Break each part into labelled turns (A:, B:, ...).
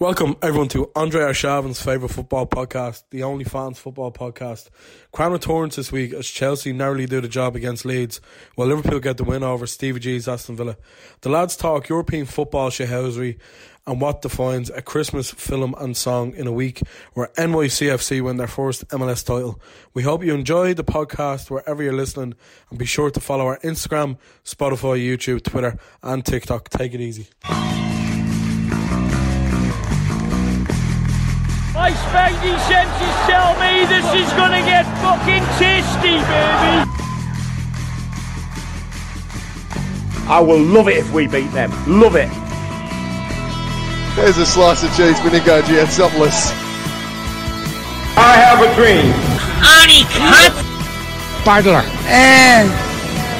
A: Welcome everyone to Andre Arshavin's favourite football podcast, the Only Fans Football Podcast. Crown returns this week as Chelsea narrowly do the job against Leeds, while Liverpool get the win over Stevie G's Aston Villa. The lads talk European football shithousery and what defines a Christmas film and song in a week where NYCFC win their first MLS title. We hope you enjoy the podcast wherever you're listening and be sure to follow our Instagram, Spotify, YouTube, Twitter and TikTok. Take it easy.
B: My spidey senses tell me this is gonna get fucking tasty, baby.
C: I will love it if we beat them. Love it.
D: There's a slice of cheese, Minigo Giannopoulos.
C: I have a dream.
E: And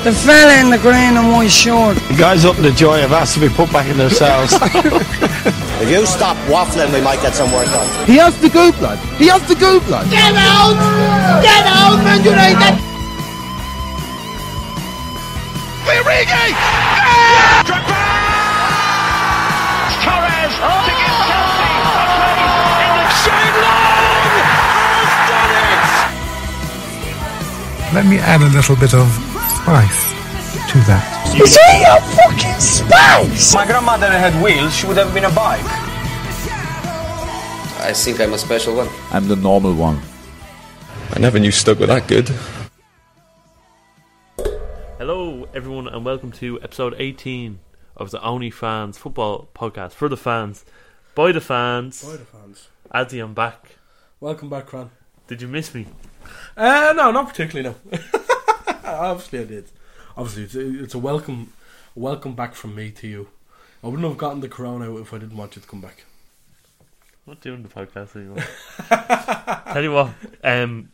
E: the fella in the green and white shirt.
F: Guys up the joy of us to be put back in their cells.
G: If you stop waffling, we might get some work done.
H: He has the go blood. He has the go blood.
I: Get out! Get out, Man United!
B: Torres to give Chelsea a place in the Shane Long has done it.
J: Let me add a little bit of spice to that.
E: Is he a fucking space?
C: My grandmother had wheels. She would have been a bike.
G: I think I'm a special one.
K: I'm the normal one.
D: I never knew Stoke were that good.
L: Hello, everyone, and welcome to episode 18 of the Only Fans Football Podcast for the fans, by the fans. By the
A: fans.
L: Adzi, I'm back.
A: Welcome back, Cran.
L: Did you miss me?
A: Uh, no, not particularly. No, obviously I did. Obviously, it's a, it's a welcome, welcome back from me to you. I wouldn't have gotten the corona if I didn't want you to come back.
L: I'm not doing the podcast anymore. Tell you what, um,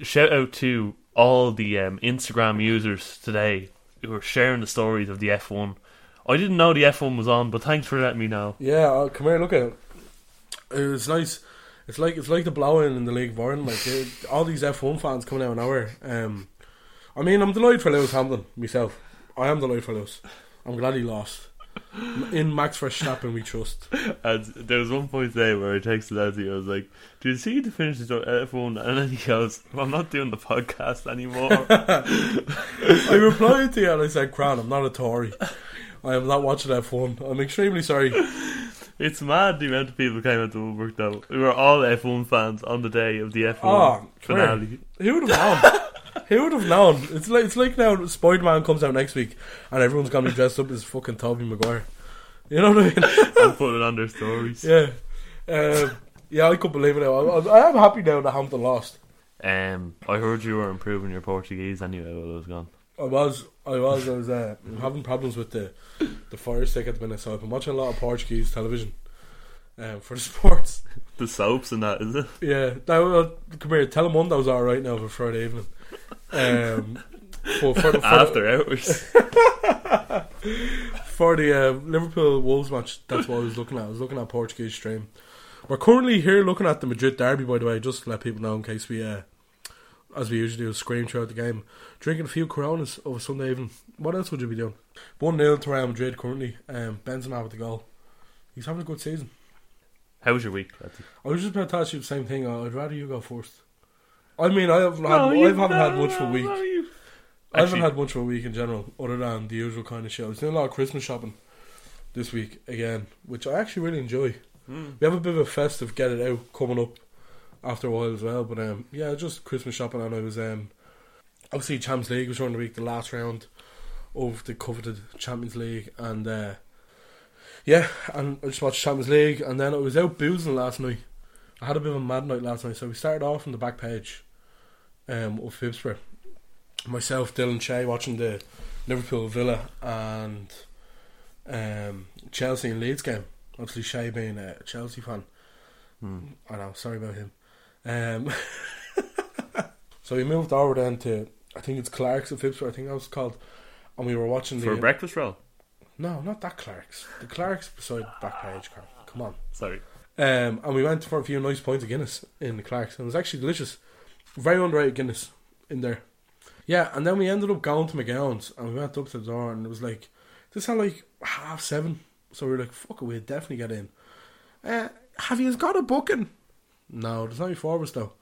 L: shout out to all the um, Instagram users today who are sharing the stories of the F1. I didn't know the F1 was on, but thanks for letting me know.
A: Yeah, uh, come here. Look at it. It's nice. It's like it's like the blowing in the League of Ireland. Like they- all these F one fans coming out an hour. Um, I mean, I'm delighted for Lewis Hamilton myself. I am delighted for Lewis. I'm glad he lost. In Max Verstappen, we trust.
L: And there was one point today where I texted Adzi, I was like, "Do you see the finish is on F1?" And then he goes, "I'm not doing the podcast anymore."
A: I replied to you and I said, "Cran, I'm not a Tory. I am not watching F one. I'm extremely sorry."
L: It's mad the amount of people who came out to Woodwork though. We were all F1 fans on the day of the F1
A: Oh,
L: finale.
A: Who would have known? Who would have known? It's like it's like now Spider Man comes out next week and everyone's gonna be dressed up as fucking Toby Maguire. You know what I mean?
L: And put it on their stories.
A: yeah. Um, yeah, I couldn't believe it. Now. I, I, I am happy now that Hampton lost.
L: Um, I heard you were improving your Portuguese anyway while I was gone.
A: I was, I was, I was uh, having problems with the the fire stick at the minute, so I've been watching a lot of Portuguese television um, for the sports.
L: The soaps and that, is it?
A: Yeah, that was, come here. Telemundo's all right now for Friday evening. Um, but for the, for the-
L: After hours.
A: for the uh, Liverpool Wolves match, that's what I was looking at. I was looking at Portuguese stream. We're currently here looking at the Madrid derby, by the way, just to let people know in case we, uh, as we usually do, scream throughout the game. Drinking a few Coronas over Sunday evening. What else would you be doing? 1 0 to Real Madrid currently. Um, Benzema with the goal. He's having a good season.
L: How was your week? Patsy?
A: I was just about to ask you the same thing. uh, I'd rather you go first. I mean, I haven't, had,
L: you-
A: I haven't had
L: no,
A: much for a
L: no,
A: week.
L: no, you-
A: I haven't
L: Actually-
A: had much of a week in general, other than the usual kind of shit. I was doing a lot of Christmas shopping this week again, which I actually really enjoy. We have a bit of a festive get it out coming up after a while as well, but um, yeah, just Christmas shopping. And I was um, obviously Champions League was during the week, the last round of the coveted Champions League, and uh, yeah, and I just watched Champions League, and then I was out boozing last night. I had a bit of a mad night last night, so we started off on the back page um, of Fibsport myself, Dylan Shea, watching the Liverpool Villa and um, Chelsea and Leeds game. Obviously, Shea being a Chelsea fan. I know, sorry about him. Um, so we moved over then to, I think it's Clark's at Phipps, I think that was called. And we were watching the.
L: For a breakfast roll?
A: no, not that Clark's. The Clark's beside back page, Carl. Come on.
L: Sorry.
A: Um, and we went for a few nice points of Guinness in the Clarks, and it was actually delicious. Very underrated Guinness in there. Yeah, and then we ended up going to McGowan's, and we went up to the door, and it was like, this had like half seven. So we were like, fuck it, we'll definitely get in. Uh, have you got a booking? No, there's only four of us though.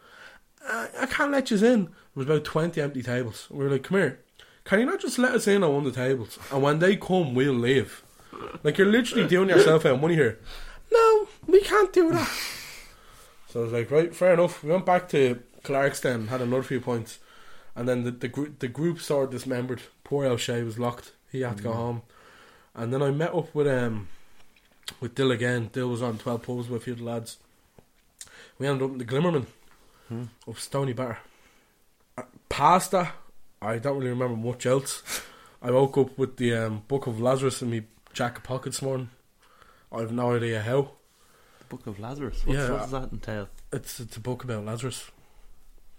A: Uh, I can't let you in. There was about 20 empty tables. We were like, come here. Can you not just let us in on one of the tables? And when they come, we'll leave. Like, you're literally doing yourself out of money here. No, we can't do that. So I was like, right, fair enough. We went back to Clark's then, had another few points. And then the, the, gr- the group sort of dismembered. Poor O'Shea was locked. He had to go home. And then I met up with um with Dill again. Dill was on 12 pubs with a few of the lads. We ended up in the Glimmerman of Stony Batter. Uh, Past that, I don't really remember much else. I woke up with the um, Book of Lazarus in my jacket pocket this morning. I have no idea how.
L: Book of Lazarus. What,
A: Yeah.
L: what does that entail?
A: It's it's a book about Lazarus.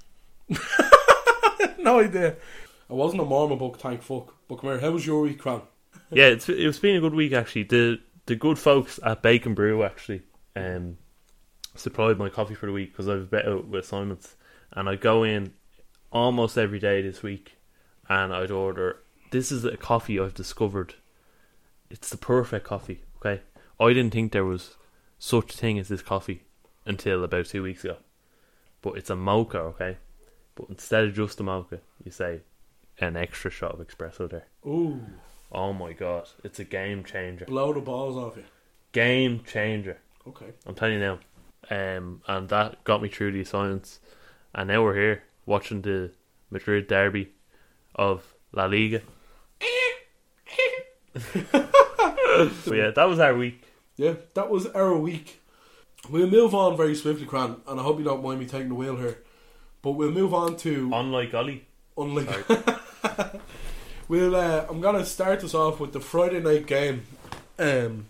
A: no idea. It wasn't a Mormon book, thank fuck. But come here, how was your week, Cran?
L: yeah, it's it's been a good week actually. The the good folks at Bacon Brew actually um, supplied my coffee for the week because I was a bit out with assignments, and I go in almost every day this week, and I'd order. This is a coffee I've discovered. It's the perfect coffee. Okay, I didn't think there was such thing as this coffee until about two weeks ago, but it's a mocha. Okay, but instead of just a mocha, you say an extra shot of espresso there.
A: Ooh,
L: Oh my god, it's a game changer.
A: blow the balls off you.
L: Game changer.
A: Okay.
L: I'm telling you now. Um, and that got me through the assignments. And now we're here watching the Madrid derby of La Liga. so yeah, that was our week.
A: Yeah, that was our week. We'll move on very swiftly, Cran, and I hope you don't mind me taking the wheel here. But we'll move on to
L: Unlike Ollie.
A: unlike. we'll. Uh, I'm gonna start us off with the Friday night game. Um,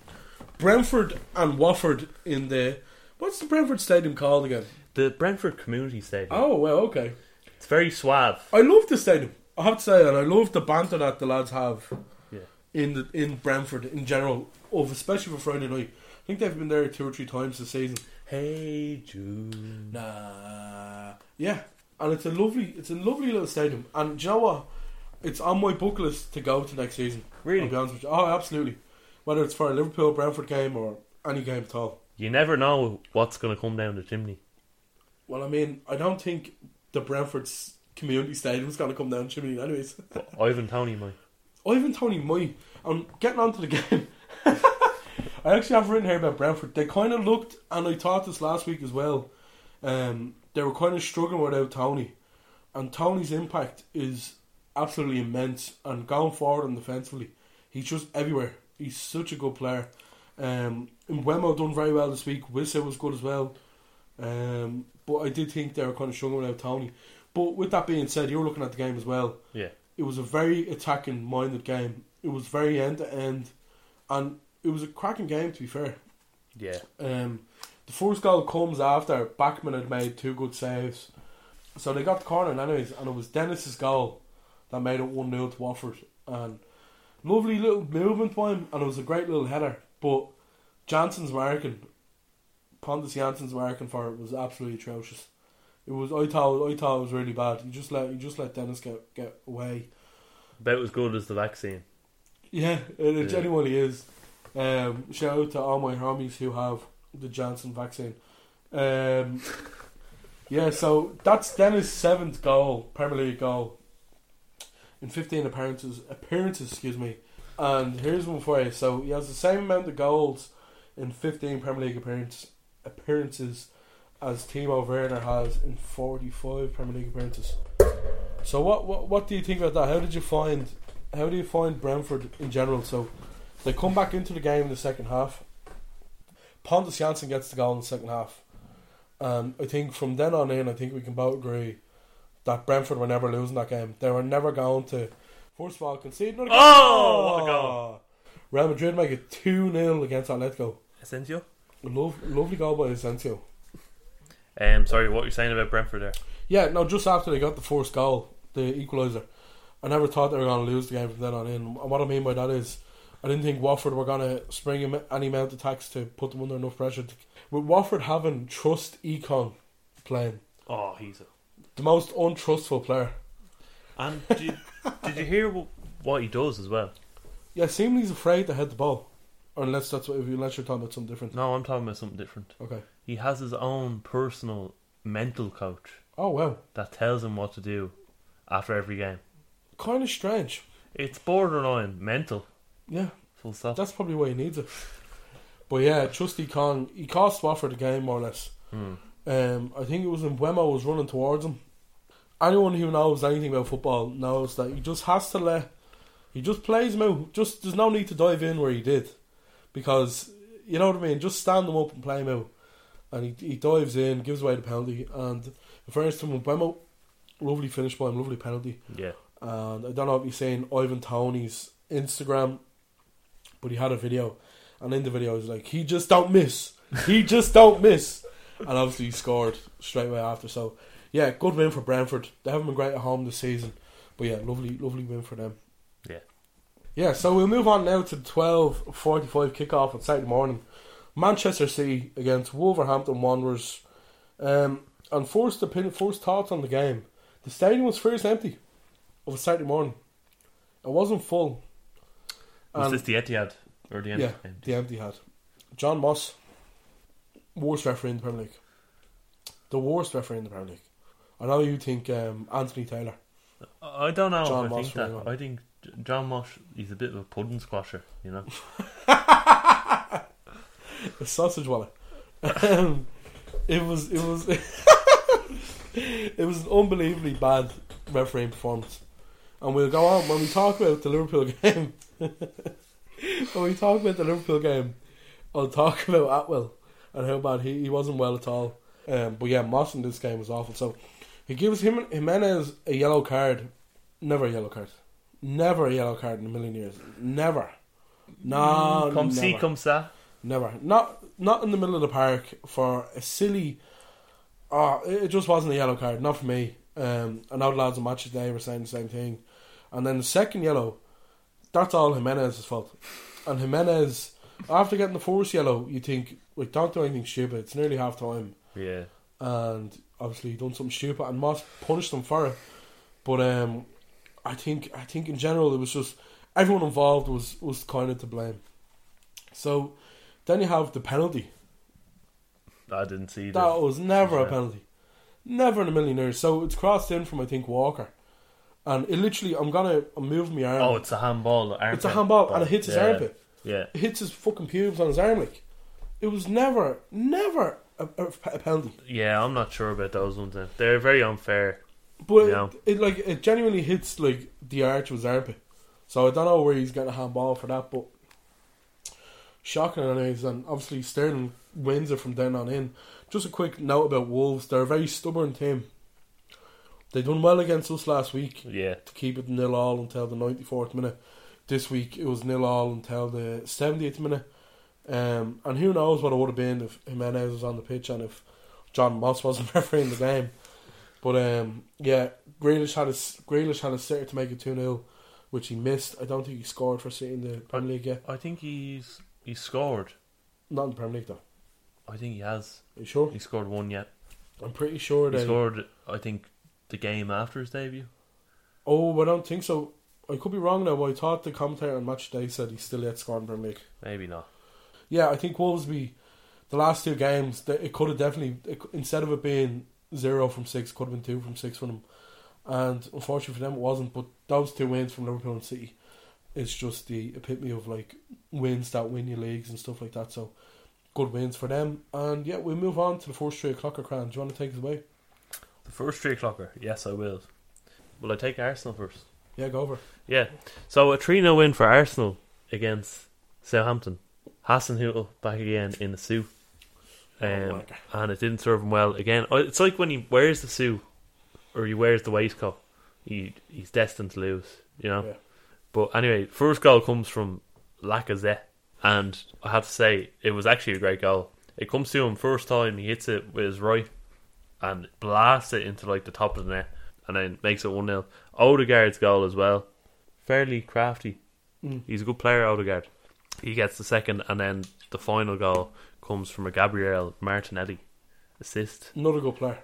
A: Brentford and Watford in the what's the Brentford Stadium called again?
L: The Brentford Community Stadium.
A: Oh well, okay.
L: It's very suave.
A: I love the stadium. I have to say, and I love the banter that the lads have
L: Yeah.
A: in the, in Brentford in general, of especially for Friday night. I think they've been there two or three times this season.
L: Hey Jude.
A: Nah. Yeah, and it's a lovely, it's a lovely little stadium. And do you know what? It's on my book list to go to next season.
L: Really?
A: I'll be honest with you. Oh, absolutely. Whether it's for a Liverpool Brentford game or any game at all.
L: You never know what's gonna come down the chimney.
A: Well, I mean, I don't think the Brentford's community stadium's going to come down chimney, anyways.
L: But Ivan Tony might.
A: Ivan Tony Moy. I'm getting on to the game. I actually have written here about Brentford. They kind of looked, and I thought this last week as well. Um, they were kind of struggling without Tony, and Tony's impact is absolutely immense. And going forward and defensively, he's just everywhere. He's such a good player. Um, Wemo done very well this week. Wissa was good as well. Um, but I did think they were kind of struggling without Tony. But with that being said, you're looking at the game as well
L: Yeah.
A: it was a very attacking minded game. It was very end to end, and it was a cracking game to be fair.
L: Yeah.
A: Um, the first goal comes after Backman had made two good saves, so they got the corner anyways, and it was Dennis's goal that made it one 0 to Watford. And lovely little movement by him, and it was a great little header. But Jansen's marking, Pontus Jansen's marking for it was absolutely atrocious. It was I thought I thought it was really bad. You just let you just let Dennis get get away.
L: About as good as the vaccine.
A: Yeah, it, it
L: Yeah.
A: genuinely is. Um, shout out to all my homies who have the Johnson vaccine. Um, yeah, so that's Dennis' seventh goal, Premier League goal, in 15 appearances. Appearances, excuse me. And here's one for you. So he has the same amount of goals in 15 Premier League appearance, appearances as Timo Werner has in 45 Premier League appearances. So what, what what do you think about that? How did you find how do you find Brentford in general? So they come back into the game in the second half. Pontus Janssen gets the goal in the second half. And I think from then on in, I think we can both agree that Brentford were never losing that game. They were never going to, first of all, concede another
L: Oh,
A: goal.
L: what a goal.
A: Real Madrid make it 2 0 against Atletico.
L: Essential.
A: Love, lovely goal by Asensio.
L: Um, sorry, what were you saying about Brentford there?
A: Yeah, no, just after they got the first goal, the equaliser, I never thought they were going to lose the game from then on in. And what I mean by that is, I didn't think Watford were going to spring im- any amount of attacks to put them under enough pressure. To, with Watford having Trust Econ playing,
L: Oh, he's a
A: the most untrustful player.
L: And did you, did you hear wh- what he does as well?
A: Yeah, seemingly he's afraid to head the ball. Unless that's what, if you- unless you're talking about something different.
L: No, I'm talking about something different.
A: Okay.
L: He has his own personal mental coach
A: Oh wow,
L: that tells him what to do after every game.
A: kind of strange.
L: It's borderline mental.
A: Yeah,
L: Full stop.
A: that's probably why he needs it. But yeah, Trusty Kong, he cost Swafford the game more or less. Um, I think it was when Wemo was running towards him. Anyone who knows anything about football knows that he just has to let. He just plays him out. Just there's no need to dive in where he did, because you know what I mean. Just stand him up and play him out, and he, he dives in, gives away the penalty, and in fairness to Wemo, lovely finish by him, lovely penalty.
L: yeah.
A: and I don't know if he's saying Ivan Tony's Instagram, but he had a video, and in the video he's like, "He just don't miss. He just don't miss," and obviously he scored straight away after. So yeah, good win for Brentford. They haven't been great at home this season, but yeah, lovely, lovely win for them.
L: Yeah.
A: Yeah, so we'll move on now to the twelve forty-five kickoff on Saturday morning. Manchester City against Wolverhampton Wanderers. Um, and first opinion, first thoughts on the game. The stadium was first empty of a Saturday morning. It wasn't full.
L: Was
A: And-
L: this the Etihad or the end?
A: yeah, the empty had. John Moss, worst referee in the Premier League. The worst referee in the Premier League. I know you think um, Anthony Taylor.
L: I I don't know.
A: John
L: I
A: Moss
L: think
A: for
L: that.
A: anyone.
L: I think J- John Mosh. He's a bit of a pudding squasher. You know.
A: The sausage wallet. Um, it was it was it was an unbelievably bad refereeing performance. And we'll go on when we talk about the Liverpool game. when we talk about the Liverpool game, I'll talk about Atwell and how bad he, he wasn't well at all. Um, but yeah, Moss in this game was awful. So he gives him Jimenez a yellow card. Never a yellow card. Never a yellow card in a million years. Never. No.
L: come see,
A: never.
L: come sa.
A: Never. Not not in the middle of the park for a silly. Oh, it it just wasn't a yellow card. Not for me. Um, I know the lads on match today were saying the same thing. And then the second yellow, that's all Jimenez's fault. And Jimenez, after getting the first yellow, you think, like, don't do anything stupid. It's nearly half time
L: Yeah.
A: and obviously he done something stupid and Moss punished him for it. But um, I think I think in general it was just everyone involved was was kind of to blame. So then you have the penalty.
L: I didn't see that.
A: That was never a
L: Yeah.
A: penalty, never in a million years. So it's crossed in from I think Walker, and it literally I'm gonna I'm moving my arm.
L: oh, it's a handball. Armpit. Oh,
A: It's a handball, and it hits his
L: yeah.
A: armpit.
L: Yeah.
A: It hits his fucking pubes on his arm like. It was never never a, a, a penalty.
L: Yeah, I'm not sure about those ones. Then. They're very unfair.
A: But
L: Yeah.
A: it, it like it genuinely hits like the arch of his armpit. So I don't know where he's getting a handball for that, but shocking anyways and obviously Sterling wins it from then on in. Just a quick note about Wolves, they're a very stubborn team. They done well against us last week
L: Yeah.
A: to keep it nil all until the ninety fourth minute. This week it was nil all until the seventieth minute. Um, and who knows what it would have been if Jimenez was on the pitch and if John Moss wasn't refereeing the game. But um, yeah, Grealish had a Grealish had a sitter to make it two 0 which he missed. I don't think he scored for City in the Premier League yet.
L: I think he's he scored.
A: Not in the Premier League though.
L: I think he has.
A: Are you sure?
L: He scored one yet.
A: I'm pretty sure
L: He
A: that.
L: scored. I think the game after his debut.
A: Oh, I don't think so. I could be wrong now, but I thought the commentator on match day said he's still yet scoring Premier League.
L: Maybe not.
A: Yeah, I think Wolves be the last two games. That it could have definitely it, cou- instead of it being zero from six, could have been two from six for them. And unfortunately for them, it wasn't. But those two wins from Liverpool and City, it's just the epitome of like wins that win your leagues and stuff like that. So good wins for them. And yeah, we move on to the first three o'clock. Cran, do you want to take us away?
L: The first three o'clocker. Yes, I will. Will I take Arsenal first?
A: Yeah, go over.
L: Yeah. So a 3 0 win for Arsenal against Southampton. Hassan Hootle back again in the suit. Um,
A: wanker.
L: and it didn't serve him well again. Oh, It's like when he wears the suit or he wears the waistcoat, he, he's destined to lose, you know?
A: Yeah.
L: But anyway, first goal comes from Lacazette. And I have to say, it was actually a great goal. It comes to him first time, he hits it with his right and blasts it into like the top of the net and then makes it 1 0. Odegaard's goal as well. Fairly crafty.
A: Mm.
L: He's a good player, Odegaard. He gets the second, and then the final goal comes from a Gabriel Martinelli assist
A: Another good player.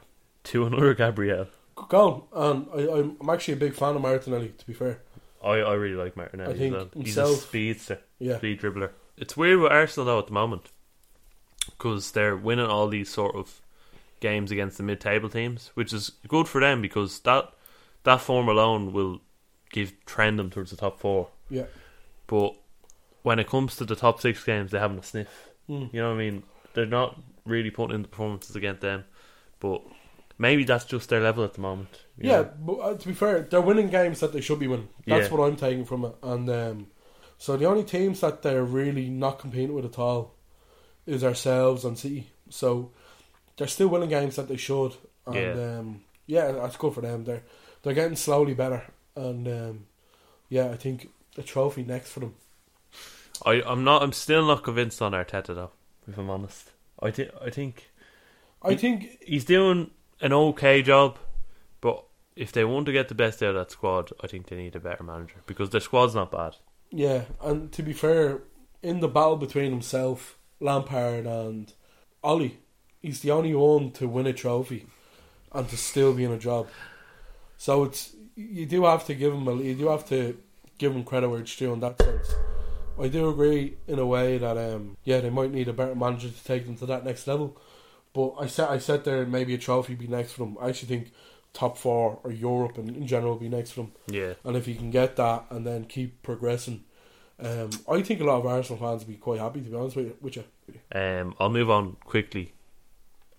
L: to another Gabriel.
A: Good goal. And I, I'm, I'm actually a big fan of Martinelli. To be fair,
L: I, I really like Martinelli.
A: I think
L: as well. He's a
A: himself-
L: speedster,
A: Yeah.
L: speed dribbler. It's weird with Arsenal though at the moment because they're winning all these sort of games against the mid-table teams, which is good for them because that that form alone will give trend them towards the top four.
A: Yeah.
L: But when it comes to the top six games, they haven't a sniff. You know what I mean? They're not really putting in the performances against them, but maybe that's just their level at the moment. you
A: Yeah,
L: know?
A: but uh, to be fair, they're winning games that they should be winning. That's
L: Yeah.
A: what I'm taking from it. And um, so the only teams that they're really not competing with at all is ourselves and City. So they're still winning games that they should. And
L: Yeah.
A: um, yeah, that's good for them. They're they're getting slowly better. And um, yeah, I think a trophy next for them.
L: I, I'm not. I'm still not convinced on Arteta though. If I'm honest, I think I think
A: I think
L: he's doing an okay job, but if they want to get the best out of that squad, I think they need a better manager because their squad's not bad.
A: Yeah, and to be fair, in the battle between himself, Lampard, and Ollie, he's the only one to win a trophy and to still be in a job. So it's you do have to give him a, you do have to give him credit where it's due in that sense. I do agree in a way that um yeah they might need a better manager to take them to that next level, but I said I said there maybe a trophy be next for them. I actually think top four or Europe and in general be next for them.
L: Yeah,
A: And if you can get that and then keep progressing, um, I think a lot of Arsenal fans would be quite happy, to be honest with you. With you.
L: um, I'll move on quickly.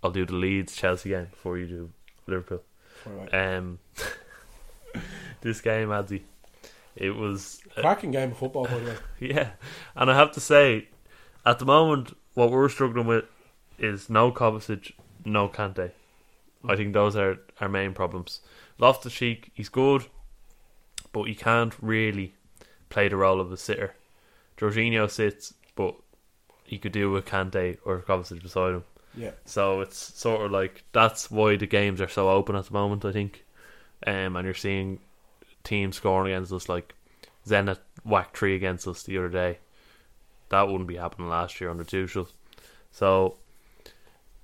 L: I'll do the Leeds Chelsea game before you do Liverpool.
A: Alright.
L: Um, this game, Adzi, it was
A: Cracking game of football, by the way.
L: Yeah, and I have to say, at the moment, what we're struggling with is no Kovacic, no Kante. I think those are our main problems. Loftus Cheek, he's good, but he can't really play the role of a sitter. Jorginho sits, but he could do with Kante or Kovacic beside him.
A: Yeah.
L: So it's sort of like that's why the games are so open at the moment, I think. Um, and you're seeing teams scoring against us, like Zenit whacked three against us the other day. That wouldn't be happening last year under Tuchel. So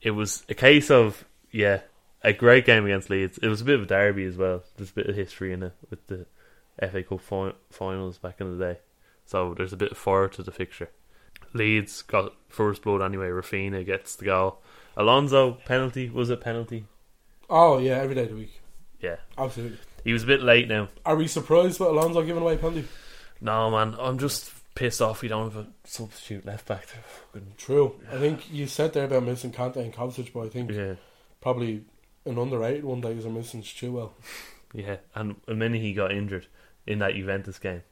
L: it was a case of yeah, a great game against Leeds. It was a bit of a derby as well. There's a bit of history in it with the FA Cup fin- finals back in the day. So there's a bit of fire to the fixture. Leeds got first blood anyway. Rafina gets the goal. Alonso penalty was it penalty?
A: Oh, yeah, every day of the week.
L: Yeah,
A: Absolutely.
L: he was a bit late now.
A: Are we surprised with Alonso giving away a penalty?
L: No man, I'm just pissed off. We don't have a substitute left back. They're fucking-
A: True. I think you said there about missing Kante and Kovacic, but I think
L: Yeah,
A: probably an underrated one that is a missing Chilwell.
L: yeah. And the minute he got injured in that Juventus game,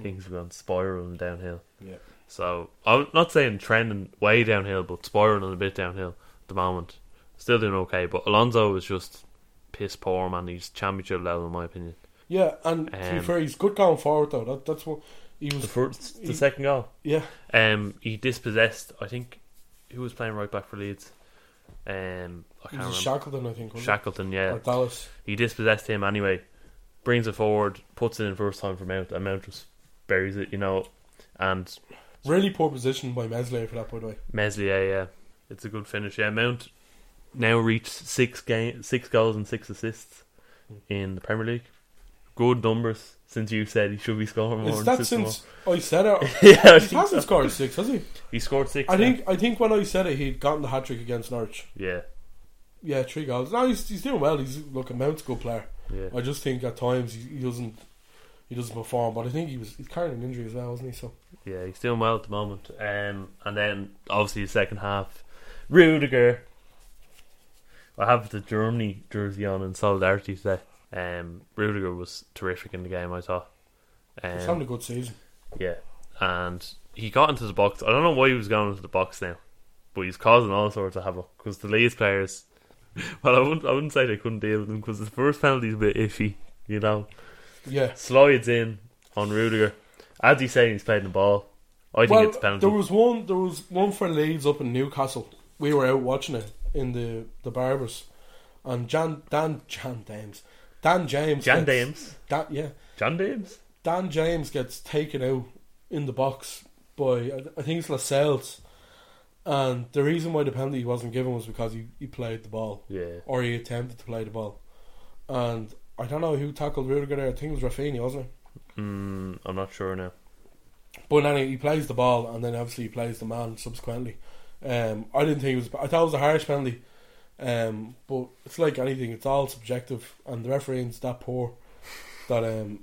L: things were gone spiraling downhill.
A: Yeah.
L: So I'm not saying trending way downhill, but spiraling a bit downhill at the moment. Still doing okay, but Alonso is just piss poor man. He's championship level in my opinion.
A: Yeah, and to be
L: Um,
A: fair, he's good going forward, though. That, that's what he was.
L: The first,
A: he-
L: the second goal.
A: yeah.
L: Um, he dispossessed. I think who was playing right back for Leeds.
A: He
L: Um, I can't
A: was
L: remember.
A: Shackleton, I think. was
L: Shackleton, yeah.
A: Or Dallas.
L: He dispossessed him anyway. Brings it forward, puts it in first time for Mount, and Mount just buries it, you know. And
A: Really poor position by Meslier for that, by the way.
L: Meslier, yeah, it's a good finish. Yeah, Mount now reached six game, six goals and six assists in the Premier League. Good numbers since you said he should be scoring more.
A: Is
L: and
A: that
L: assisting
A: since I said it?
L: more. yeah, I
A: He
L: think so.
A: hasn't scored six, has he?
L: He scored six.
A: I
L: now.
A: think I think when I said it, he'd gotten the hat trick against Norwich.
L: Yeah,
A: Yeah, three goals. No, he's, he's doing well. He's looking Mount's a good player.
L: yeah.
A: I just think at times he, he doesn't he doesn't perform. But I think he was he's carrying an injury as well, wasn't he? So
L: Yeah, he's doing well at the moment. Um, and then obviously the second half, Rudiger. I have the Germany jersey on in solidarity today. Um, Rudiger was terrific in the game. I thought.
A: it's having
L: Um,
A: a good season.
L: yeah, and he got into the box. I don't know why he was going into the box now, but he's causing all sorts of havoc because the Leeds players. Well, I wouldn't. I wouldn't say they couldn't deal with him because the first penalty's a bit iffy. You know,
A: Yeah.
L: slides in on Rudiger. As he's saying, he's playing the ball. I think
A: Well,
L: it's a penalty.
A: there was one there was one for Leeds up in Newcastle. We were out watching it in the the Barbers, and Jan Dan Jan James Dan James
L: Jan
A: gets-
L: Dames.
A: Dan, yeah
L: John Dames.
A: Dan James gets taken out in the box by I I think it's Lascelles, and the reason why the penalty wasn't given was because he, he played the ball
L: Yeah.
A: or he attempted to play the ball, and I don't know who tackled Rudiger there. I think it was Rafinha, wasn't it?
L: Mm, I'm not Hmm, sure now.
A: But anyway, he plays the ball, and then obviously he plays the man subsequently. Um, I didn't think it was. I thought it was a harsh penalty, um, but it's like anything; it's all subjective, and the refereeing's that poor that um,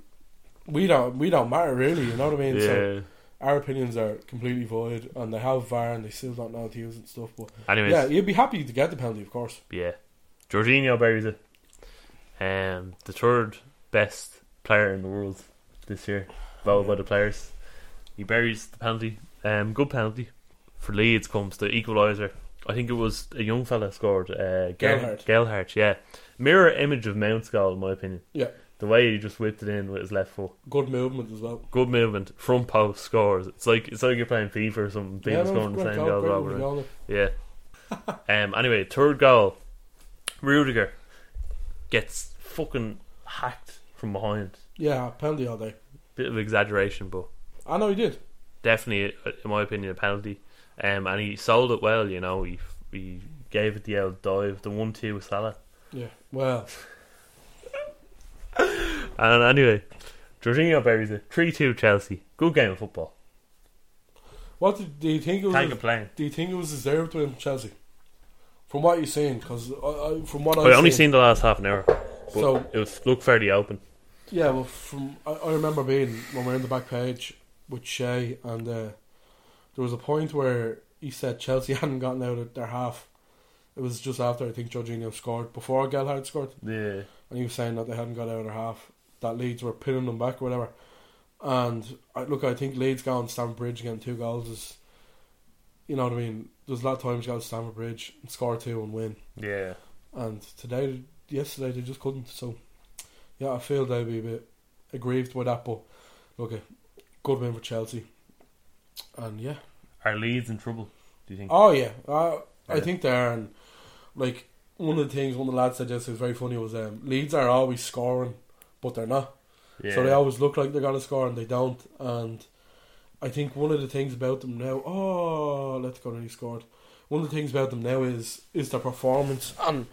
A: we don't we don't matter really. You know what I mean?
L: Yeah.
A: our opinions are completely void, and they have VAR, and they still don't know how to use it and stuff. But
L: Anyways.
A: yeah, you'd be happy to get the penalty, of course.
L: yeah. Jorginho buries it. Um, the third best player in the world this year, voted by the players. He buries the penalty. Um, good penalty. For Leeds comes the equaliser. I think it was a young fella scored. Uh,
A: Gelhardt.
L: Gelhardt. Gelhardt, yeah. Mirror image of Mount's goal, in my opinion.
A: Yeah,
L: The way he just whipped it in with his left foot.
A: good movement as well.
L: Good movement. Front post scores. It's like it's like you're playing FIFA or something. People
A: Yeah, no,
L: scoring
A: it's
L: the
A: great
L: same
A: goal,
L: goals
A: great
L: over and
A: goal.
L: yeah. um. Anyway, third goal, Rudiger gets fucking hacked from behind.
A: Yeah, penalty all day.
L: Bit of exaggeration, but
A: I know he did.
L: definitely, uh, in my opinion, a penalty. Um, and he sold it well. You know, he he gave it the old dive, the one-two with Salah.
A: Yeah. Well,
L: And anyway, Jorginho buries it three-two Chelsea. Good game of football.
A: what did, do you think it was?
L: Can't complain.
A: Do you think it was deserved to him, Chelsea? From what you've seen, because I, I, from what I've
L: I only seen the last half an hour. But
A: So-
L: it was looked fairly open.
A: Yeah, well, from I, I remember being when we were in the back page with Shay, and uh, there was a point where he said Chelsea hadn't gotten out of their half. It was just after I think Jorginho scored, before Gelhardt scored,
L: Yeah.
A: and he was saying that they hadn't got out of their half, that Leeds were pinning them back or whatever. And I, look, I think Leeds going to Stamford Bridge getting two goals is, you know what I mean. There's a lot of times you go to Stamford Bridge and score two and win
L: Yeah.
A: and today, yesterday, they just couldn't. So, yeah, I feel they'll be a bit aggrieved with that. But look, a good win for Chelsea, and yeah,
L: Are Leeds in trouble? Do you think?
A: oh yeah, I I think they are. And like one of the things one of the lads said yesterday was very funny was um, Leeds are always scoring, but they're not.
L: yeah.
A: So they always look like they're gonna score and they don't. And I think one of the things about them now, oh, let's go nearly scored. One of the things about them now is is their performance, and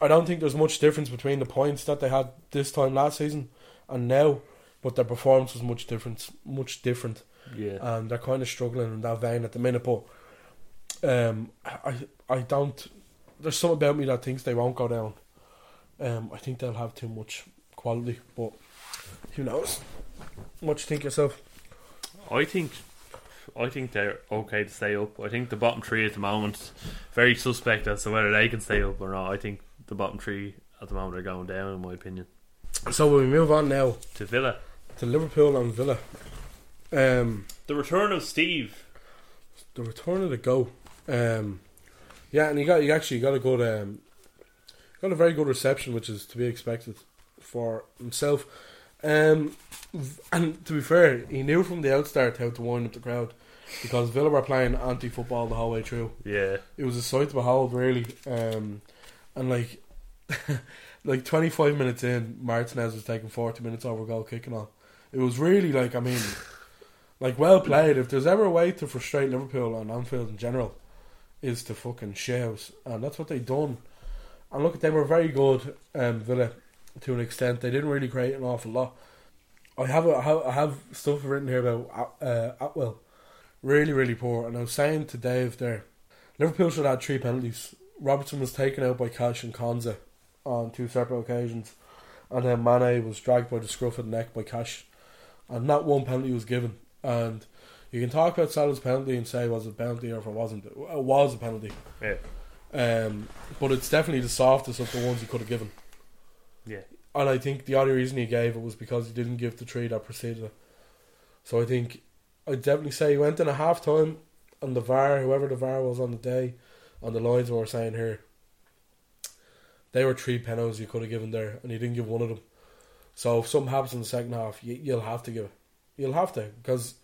A: I don't think there's much difference between the points that they had this time last season and now, but their performance was much different, much different,
L: yeah.
A: and Um, they're kind of struggling in that vein at the minute. But um, I I don't. There's something about me that thinks they won't go down. Um, I think they'll have too much quality, but who knows? What do you think yourself?
L: I think I think they're okay to stay up. I think the bottom three at the moment very suspect as to whether they can stay up or not. I think the bottom three at the moment are going down in my opinion.
A: So we move on now
L: To Villa.
A: to Liverpool and Villa. Um,
L: The return of Steve.
A: the return of the go. Um, yeah, and he got he actually got a good um, got a very good reception, which is to be expected for himself. Um, v- and to be fair, he knew from the outstart how to wind up the crowd because Villa were playing anti football the whole way through.
L: Yeah.
A: it was a sight to behold, really. Um, and like, like twenty five minutes in, Martinez was taking forty minutes over goal kicking on. It was really like, I mean, like well played. If there's ever a way to frustrate Liverpool on Anfield in general, is to fucking shout, and that's what they done. And look, they were very good, um, Villa, to an extent. They didn't really create an awful lot. I have a, I have- I have stuff written here about uh, Atwell, really really poor. And I was saying to Dave there, Liverpool should have had three penalties. Robertson was taken out by Cash and Konza on two separate occasions, and then Mane was dragged by the scruff of the neck by Cash, and not one penalty was given. And you can talk about Salah's penalty and say was it a penalty or if it wasn't. It was a penalty,
L: Yeah.
A: um, but it's definitely the softest of the ones he could have given.
L: Yeah.
A: And I think the only reason he gave it was because he didn't give the three that preceded it. So I think I'd definitely say he went in a half time and the VAR, whoever the VAR was on the day, on the lines we were saying here, they were three penalties you could have given there and he didn't give one of them. So if something happens in the second half, you, you'll have to give it. You'll have to because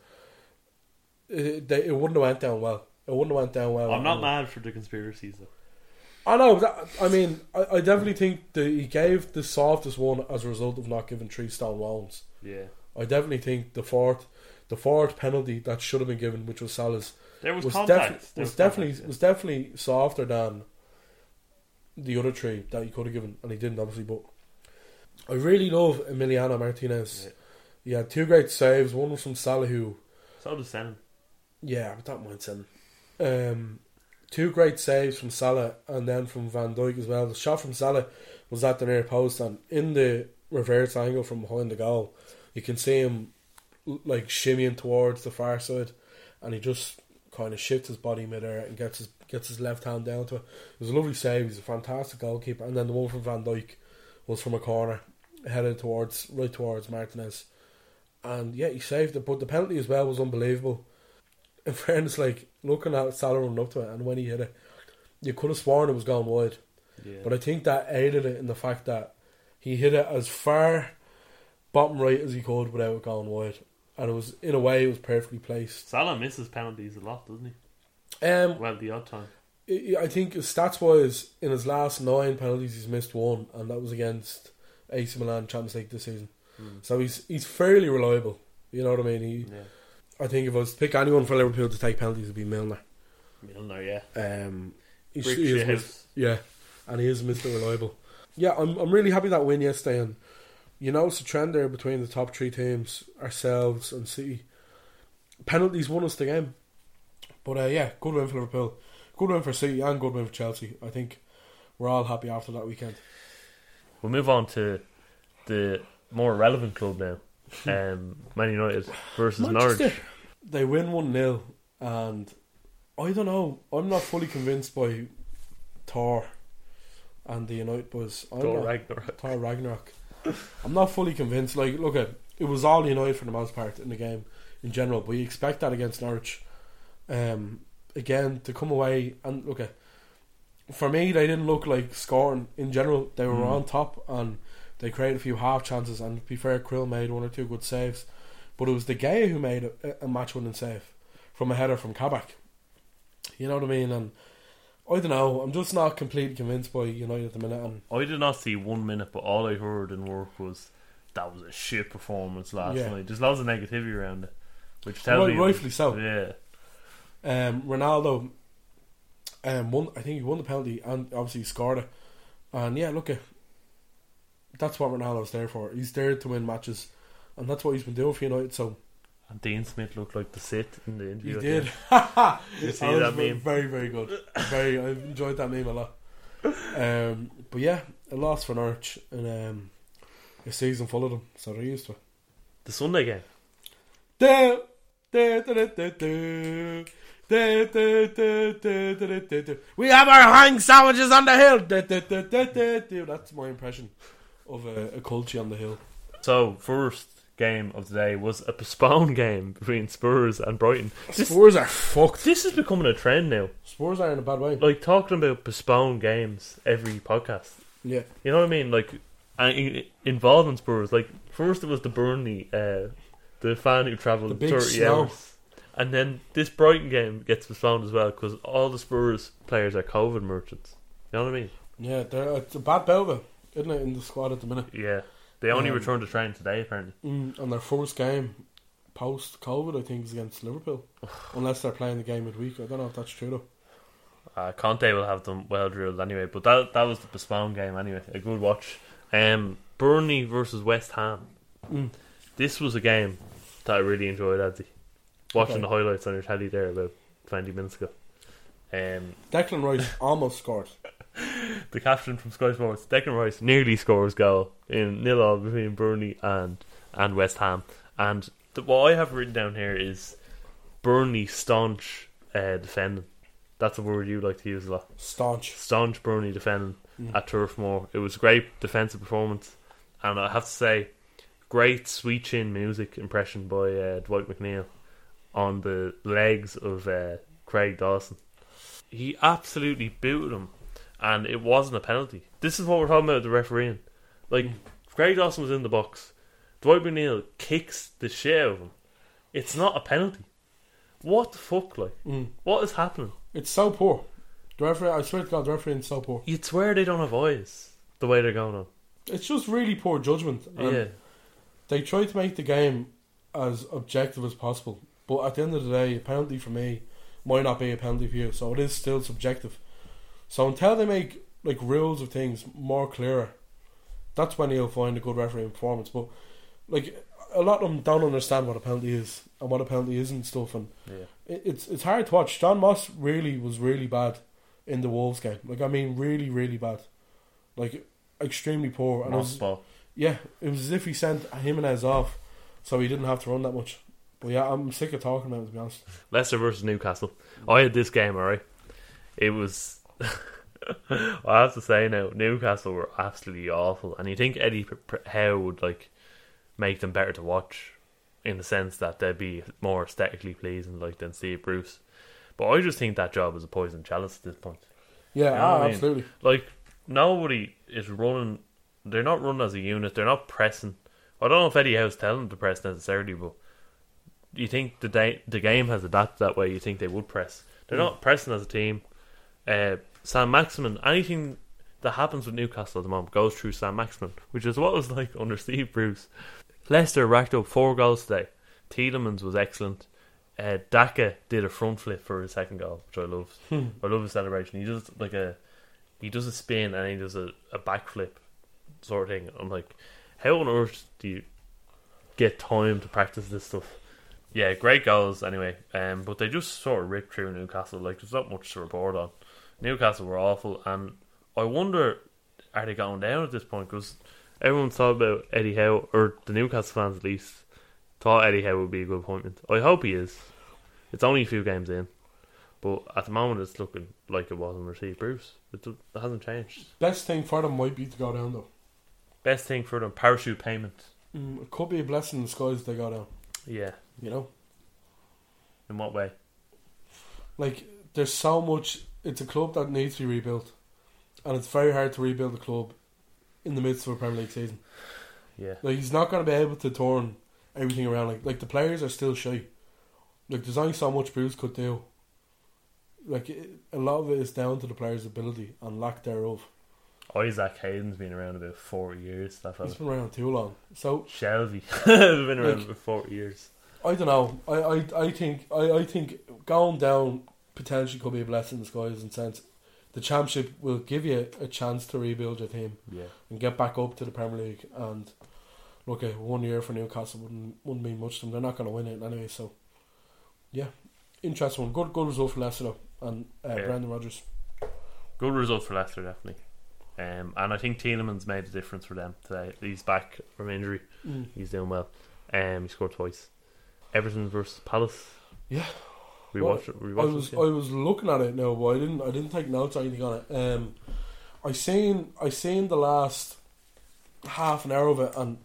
A: it, they- it wouldn't have went down well. It wouldn't have went down well.
L: I'm not
A: And-
L: mad for the conspiracies though.
A: I know. That, I mean, I, I definitely think that he gave the softest one as a result of not giving three stone loans.
L: Yeah.
A: I definitely think the fourth, the fourth penalty that should have been given, which was Salah's,
L: There was,
A: was,
L: contact.
A: defi-
L: There
A: was
L: contact,
A: definitely
L: yeah.
A: was definitely softer than the other three that he could have given, and he didn't obviously. But I really love Emiliano Martinez. He had two great saves. One was from Salah, who
L: So does Senna.
A: Yeah, but that might sell him. Um, two great saves from Salah and then from Van Dijk as well. The shot from Salah was at the near post and in the reverse angle from behind the goal, you can see him l- like shimmying towards the far side, and he just kind of shifts his body midair and gets his gets his left hand down to it. It was a lovely save. He's a fantastic goalkeeper. And then the one from Van Dijk was from a corner, headed towards right towards Martinez, and yeah, he saved it. But the penalty as well was unbelievable in fairness, like looking at Salah running up to it and when he hit it, you could have sworn it was gone wide.
L: Yeah.
A: But I think that aided it in the fact that he hit it as far bottom right as he could without it going wide. And it was in a way it was perfectly placed.
L: Salah misses penalties a lot, doesn't he?
A: Um,
L: Well, the odd time.
A: I I think stats wise, in his last nine penalties, he's missed one, and that was against AC Milan Champions League this season. So he's he's fairly reliable. You know what I mean? He,
L: Hmm. Yeah.
A: I think if I was to pick anyone for Liverpool to take penalties, it'd be Milner.
L: Milner, yeah.
A: Um, he's,
L: Brick
A: he is
L: shit
A: mis-
L: house.
A: yeah, and he is Mr. Reliable. Yeah, I'm I'm really happy that win yesterday, and you notice the trend there between the top three teams, ourselves and City. Penalties won us the game, but uh, yeah, good win for Liverpool, good win for City, and good win for Chelsea. I think we're all happy after that weekend.
L: We'll move on to the more relevant club now. Um, Man United versus Norwich.
A: Hmm. Manchester, They win 1 0, and I don't know. I'm not fully convinced by Thor and the United Boys. I'm
L: Thor
A: not-
L: Ragnarok.
A: Thor Ragnarok. I'm not fully convinced. Like, look, at it was all United for the most part in the game in general, but you expect that against Norwich. Um, again, to come away and look at for me, they didn't look like scoring in general. They were on top and they created a few half chances. And to be fair, Krill made one or two good saves, but it was the guy who made a, a match winning save from a header from Kabak. You know what I mean? And I don't know. I'm just not completely convinced by United at the minute. And
L: I did not see one minute, but all I heard in work was that was a shit performance last
A: Yeah.
L: night. There's lots of negativity around it, which tells
A: Right-
L: me it
A: rightfully
L: was-
A: so.
L: Yeah,
A: um, Ronaldo, um, won. I think he won the penalty and obviously he scored it. And yeah, look, at that's what Ronaldo's there for. He's there to win matches, and that's what he's been doing for United. So.
L: and Dean Smith looked like the sit in the
A: He
L: interview. at the
A: did.
L: end.
A: you
L: see that meme?
A: Very, very good. Very, I enjoyed that meme a lot. Um, but yeah, a loss for Norwich and um, a season full of them, so they're used to it.
L: The Sunday game.
A: Da, da, da, da, da, da. Da, da, da, da, da, da, da, da. We have our hang sandwiches on the hill. Da, da, da, da, da, da. That's my impression of a, a culture on the hill.
L: So first game of the day was a postponed game between Spurs and Brighton. This,
A: Spurs are fucked.
L: this is becoming a trend now.
A: Spurs are in a bad way.
L: Like talking about postponed games every podcast.
A: Yeah,
L: You know what I mean? Like, and in- involving Spurs. Like, first it was the Burnley, uh, the fan who
A: The
L: travelled
A: big
L: 30
A: snow.
L: hours. And then this Brighton game gets postponed as well because all the Spurs players are COVID merchants. You know what I mean?
A: yeah. They're, it's a bad belva, isn't it, in the squad at the minute?
L: Yeah. They only
A: Um,
L: returned to train today, apparently.
A: Mm, and their first game post COVID, I think, is against Liverpool. Unless they're playing the game midweek. I don't know if that's true, though.
L: Uh, Conte will have them well drilled anyway. But that that was the postponed game anyway. A good watch. Um, Burnley versus West Ham.
A: Mm.
L: This was a game that I really enjoyed, Adzi. Watching
A: Okay.
L: the highlights on your telly there about 20 minutes ago. Um,
A: Declan Rice almost scored.
L: the captain from Sky Sports, Declan Rice, nearly scores goal in nil all between Burnley and and West Ham. And the, what I have written down here is Burnley staunch uh, defending. That's a word you like to use a lot.
A: Staunch.
L: Staunch Burnley defending at Turf Moor. It was a great defensive performance, and I have to say, great sweet chin music impression by uh, Dwight McNeil on the legs of uh, Craig Dawson. He absolutely booted him, and it wasn't a penalty. This is what we're talking about the refereeing. Like Craig Dawson was in the box, Dwight McNeil kicks the shit out of him. It's not a penalty. What the fuck, like? What is happening?
A: It's so poor. The referee, I swear to God, the referee is so poor.
L: You'd swear they don't have eyes the way they're going on.
A: It's just really poor judgment. And
L: yeah.
A: They try to make the game as objective as possible. But at the end of the day, a penalty for me might not be a penalty for you. So it is still subjective. So until they make like rules of things more clearer, that's when he'll find a good refereeing performance. But like a lot of them don't understand what a penalty is and what a penalty is and stuff, and
L: Yeah.
A: it, it's it's hard to watch. John Moss really was really bad in the Wolves game. Like I mean, really, really bad, like extremely poor. And it
L: Moss
A: was,
L: ball.
A: yeah, it was as if he sent Jimenez off, so he didn't have to run that much. But yeah, I'm sick of talking about it to be honest.
L: Leicester versus Newcastle. I had this game, alright. It was. I have to say now, Newcastle were absolutely awful, and you think Eddie P- P- Howe would like make them better to watch, in the sense that they'd be more aesthetically pleasing, like than Steve Bruce. But I just think that job is a poison chalice at this point.
A: Yeah,
L: You know what
A: ah,
L: I mean?
A: absolutely.
L: Like nobody is running. They're not running as a unit. They're not pressing. I don't know if Eddie Howe's telling them to press necessarily, but you think the day, the game has adapted that way. You think they would press. They're not pressing as a team. Uh, Sam Maximin. Anything that happens with Newcastle at the moment goes through Sam Maximin, which is what it was like under Steve Bruce. Leicester racked up four goals today. Tielemans was excellent. Uh, Daka did a front flip for his second goal, which I loved. I love his celebration. He does like a he does a spin and he does a, a backflip sort of thing. I'm like, how on earth do you get time to practice this stuff? Yeah, great goals anyway. Um, but they just sort of ripped through Newcastle. Like, there's not much to report on. Newcastle were awful, and I wonder are they going down at this point? Because everyone thought about Eddie Howe, or the Newcastle fans at least thought Eddie Howe would be a good appointment. I hope he is. It's only a few games in, but at the moment it's looking like it was not received Bruce. It, do- it hasn't changed.
A: Best thing for them might be to go down though.
L: Best thing for them parachute payment.
A: Mm, it could be a blessing in disguise if they go down.
L: Yeah.
A: You know,
L: In what way?
A: like there's so much. It's a club that needs to be rebuilt, and it's very hard to rebuild a club in the midst of a Premier League season.
L: Yeah.
A: Like he's not going to be able to turn everything around. Like like the players are still shy. Like there's only so much Bruce could do. Like it, a lot of it is down to the players' ability and lack thereof.
L: Isaac Hayden's been around about four years. That
A: He's
L: fella.
A: been around too long, so
L: Shelby has been around
A: Like-
L: about four years.
A: I don't know. I, I, I think I, I think going down potentially could be a blessing in disguise in the sense the championship will give you a chance to rebuild your team
L: Yeah.
A: and get back up to the Premier League and look at one year for Newcastle wouldn't wouldn't mean much to them. They're not gonna win it anyway, so yeah. Interesting one. Good good result for Leicester though, and uh,
L: Yeah.
A: Brandon Rogers.
L: Good result for Leicester, definitely. Um, and I think Tielemans made a difference for them today. He's back from injury.
A: Mm.
L: He's doing well. Um, he scored twice. Everton versus Palace.
A: Yeah.
L: We
A: Well,
L: watched it. We
A: I
L: watched
A: was
L: it.
A: I was looking at it now, but I didn't I didn't take notes or anything on it. Um, I seen I seen the last half an hour of it, and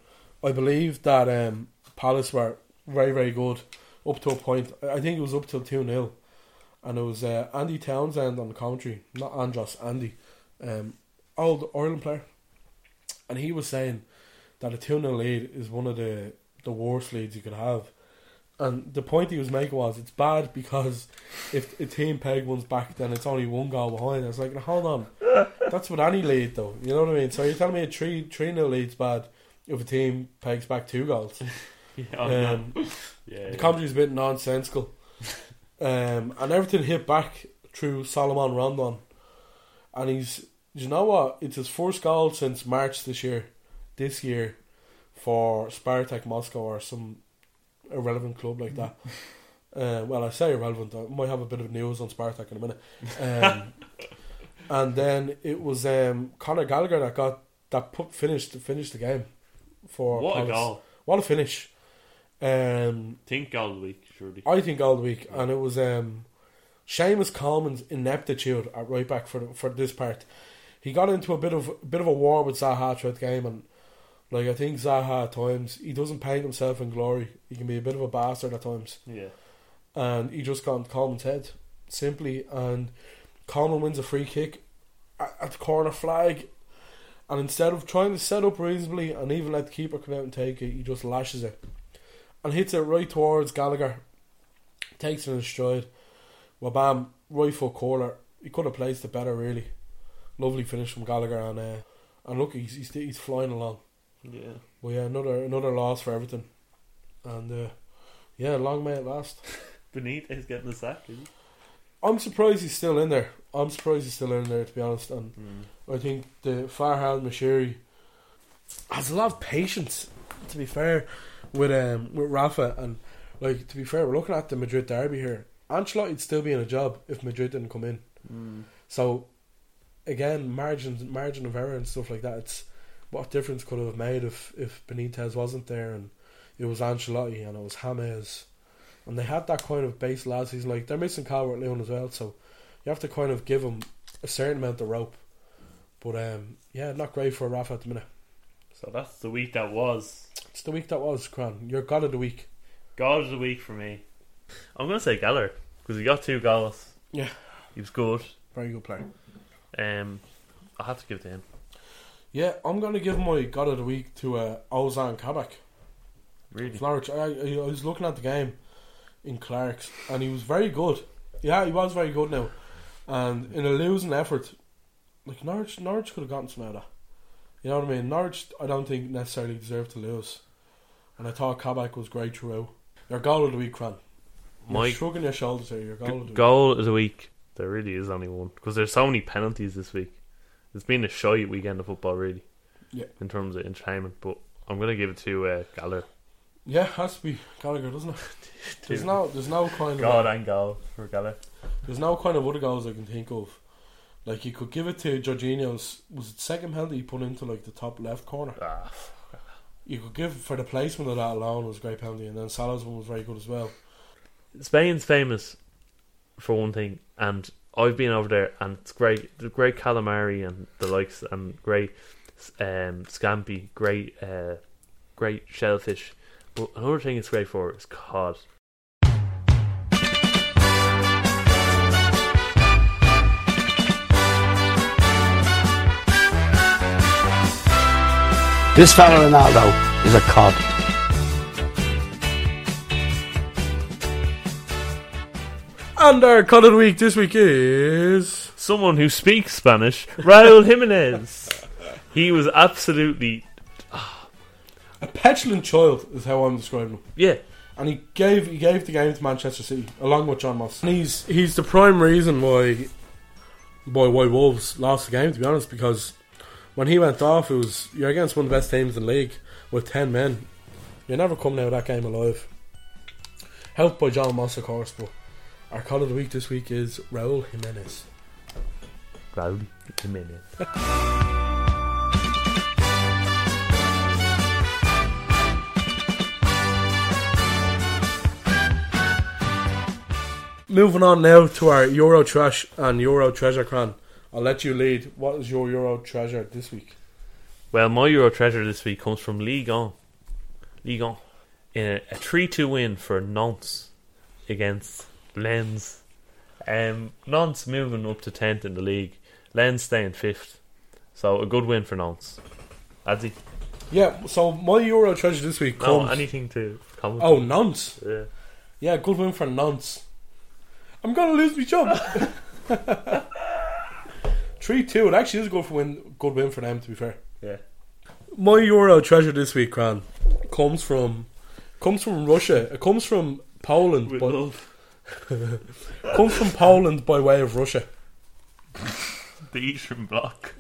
A: I believe that um, Palace were very very good up to a point. I I think it was up till two 0 and it was uh, Andy Townsend on the commentary, not Andros Andy, um, old Ireland player, and he was saying that a two 0 lead is one of the the worst leads you could have. And the point he was making was it's bad because if a team peg one's back, then it's only one goal behind. I was like, "Now, hold on, that's with any lead though. You know what I mean? So you're telling me a three three nil lead's bad if a team pegs back two goals?
L: Oh, no.
A: um,
L: yeah,
A: the
L: yeah.
A: commentary was a bit nonsensical. um, and everything hit back through Solomon Rondon. And he's, you know what? It's his first goal since March this year, this year, for Spartak Moscow or some irrelevant club like that. Uh, well, I say irrelevant. I might have a bit of news on Spartak in a minute. Um, and then it was um, Conor Gallagher that got that put finished finished the game for
L: What a
A: Palace.
L: goal.
A: What a finish! Um,
L: Think goal of the week, surely.
A: I think all the week, and it was um, Seamus Coleman's ineptitude at right back for for this part. He got into a bit of bit of a war with Zaha throughout the game, and like I think Zaha at times he doesn't paint himself in glory. He can be a bit of a bastard at times,
L: Yeah.
A: and he just got on Coleman's head simply, and Coleman wins a free kick at, at the corner flag. And instead of trying to set up reasonably and even let the keeper come out and take it, he just lashes it and hits it right towards Gallagher. Takes it in stride. Wabam, right foot corner. He could have placed it better, really. Lovely finish from Gallagher, and uh, and look, he's, he's he's flying along.
L: Yeah.
A: But yeah, another another loss for everything, and uh, yeah, long may it last.
L: Benitez getting the sack. Is he?
A: I'm surprised he's still in there. I'm surprised he's still in there, to be honest. And I think the Farhad Mashiri has a lot of patience to be fair, with um with Rafa and like to be fair, we're looking at the Madrid derby here. Ancelotti'd still be in a job if Madrid didn't come in. So again, margins margin of error and stuff like that. It's what difference could it have made if if Benitez wasn't there and it was Ancelotti and it was James, and they had that kind of base last season. Like they're missing Calvert Lewin as well, so you have to kind of give them a certain amount of rope. But um, yeah, not great for Rafa at the minute.
L: So that's the week that was.
A: It's the week that was, Cran. Your god of the week.
L: God of the week for me. I'm going to say Geller because he got two goals.
A: Yeah,
L: He was good.
A: very good player.
L: Um, I have to give it to him.
A: Yeah, I'm going to give my god of the week to uh, Ozan Kabak.
L: Really?
A: Norwich. I, I, I was looking at the game in Clark's, and he was very good. Yeah, he was very good now. And in a losing effort, like Norwich, Norwich could have gotten some out of that. You know what I mean? Norwich, I don't think necessarily deserved to lose. And I thought Kabak was great throughout. Your goal of the week, Cran. You're
L: My
A: shrugging your shoulders here. Your goal of the week.
L: goal of the week. There really is only one because there's so many penalties this week. It's been a shy weekend of football, really.
A: Yeah.
L: In terms of entertainment, but I'm going to give it to uh, Galler.
A: Yeah, has to be Gallagher, doesn't it? There's no, there's no kind of
L: God and goal for Galler.
A: There's no kind of other goals I can think of. Like you could give it to Jorginho's was it second penalty he put into like the top left corner.
L: Ah,
A: You could give for the placement of that alone was a great penalty and then Salah's one was very good as well.
L: Spain's famous for one thing, and I've been over there, and it's great. The great calamari and the likes, and great um, scampi, great, uh, great shellfish. But another thing it's great for is cod.
F: This fella Ronaldo is a cod.
A: And our cut of the week this week is
L: Someone who speaks Spanish, Raúl Jiménez. He was absolutely
A: a petulant child is how I'm describing him.
L: yeah.
A: And he gave he gave the game to Manchester City along with John Moss. And he's he's the prime reason why why why Wolves lost the game to be honest because when he went off it was you're against one of the best teams in the league with ten men. You're never coming out of that game alive. Helped by John Moss of course, but our call of the week this week is Raul Jimenez.
L: Raúl Jiménez.
A: Moving on now to our Euro Trash and Euro Treasure Cran. I'll let you lead. What is your Euro treasure this week?
L: Well, my Euro treasure this week comes from Ligue 1. Ligue 1. In a 3 2 win for Nantes against Lens. Um, Nantes moving up to 10th in the league. Lens staying 5th. So a good win for Nantes. Adzi,
A: Yeah, so my Euro treasure this week
L: no,
A: comes.
L: anything to comment?
A: oh, Nantes.
L: Yeah.
A: Yeah, good win for Nantes. I'm gonna lose my job. Three two. It actually is a good for win. Good win for them. To be fair.
L: Yeah.
A: My Euro treasure this week, Cran, comes from comes from Russia. It comes from Poland,
L: With
A: but
L: love.
A: comes from Poland by way of Russia.
L: The Eastern Bloc.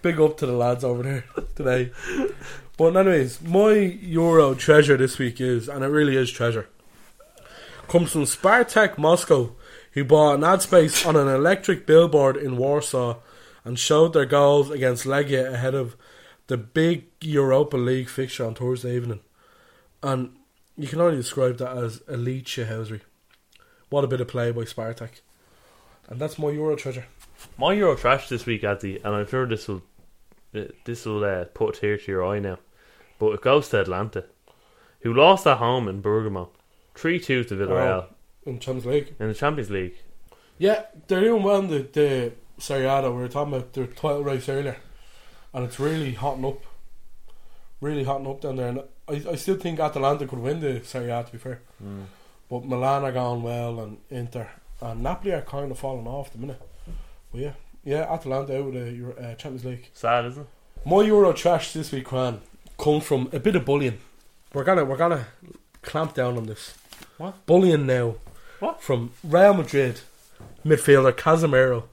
A: Big up to the lads over there today. But anyways, my Euro treasure this week is, and it really is treasure, comes from Spartak Moscow, who bought an ad space on an electric billboard in Warsaw and showed their goals against Legia ahead of the big Europa League fixture on Thursday evening. And you can only describe that as elite shithousery. What a bit of play by Spartak. And that's my Euro treasure.
L: My Euro trash this week, Adzi, and I'm sure this will uh, this will uh, put a tear to your eye now. But it goes to Atlanta, who lost at home in Bergamo, three two to Villarreal
A: In Champions League.
L: in the Champions League.
A: Yeah, they're doing well in the, the Serie A that we were talking about their title race earlier. And it's really hotting up. Really hotting up down there. And I, I still think Atalanta could win the Serie A, to be fair. But Milan are going well and Inter. And Napoli are kind of falling off at the minute. But yeah, yeah Atalanta out of the Euro, uh, Champions League.
L: Sad, isn't it?
A: My Euro trash this week, Cran, come from a bit of bullying. We're gonna we're gonna clamp down on this.
L: What?
A: bullying now?
L: What?
A: from Real Madrid midfielder Casemiro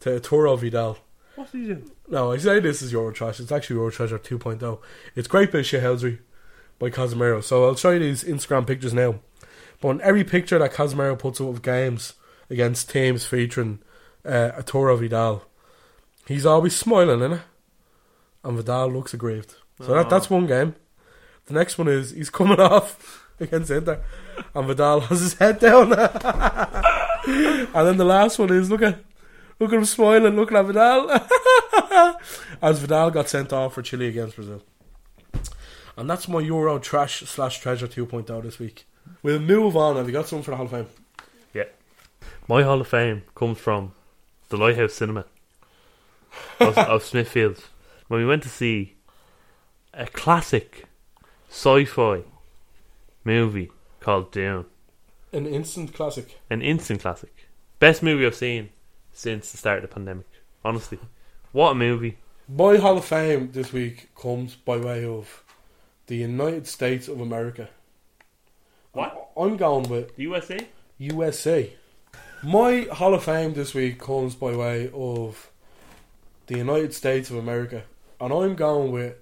A: to Arturo Vidal
L: What's he doing?
A: No, I say this is Euro Trash. It's actually Euro Treasure 2.0. It's Great Big Shithousery by Casemiro. So I'll show you these Instagram pictures now. But on every picture that Casemiro puts up of games against teams featuring uh, Arturo Vidal, he's always smiling in it. And Vidal looks aggrieved. So that, that's one game. The next one is he's coming off against Inter. And Vidal has his head down. and then the last one is look at look at him smiling, looking at Vidal. as Vidal got sent off for Chile against Brazil. And that's my Euro trash slash treasure 2.0 this week. We'll move on. Have you got something for the Hall of Fame?
L: Yeah. My Hall of Fame comes from the Lighthouse Cinema of, of Smithfield. When we went to see a classic sci fi movie called Dune,
A: An instant classic.
L: an instant classic. Best movie I've seen since the start of the pandemic. Honestly. What a movie.
A: My Hall of Fame this week comes by way of the United States of America.
L: What?
A: I'm going with
L: The USA?
A: USA. My Hall of Fame this week comes by way of the United States of America, and I'm going with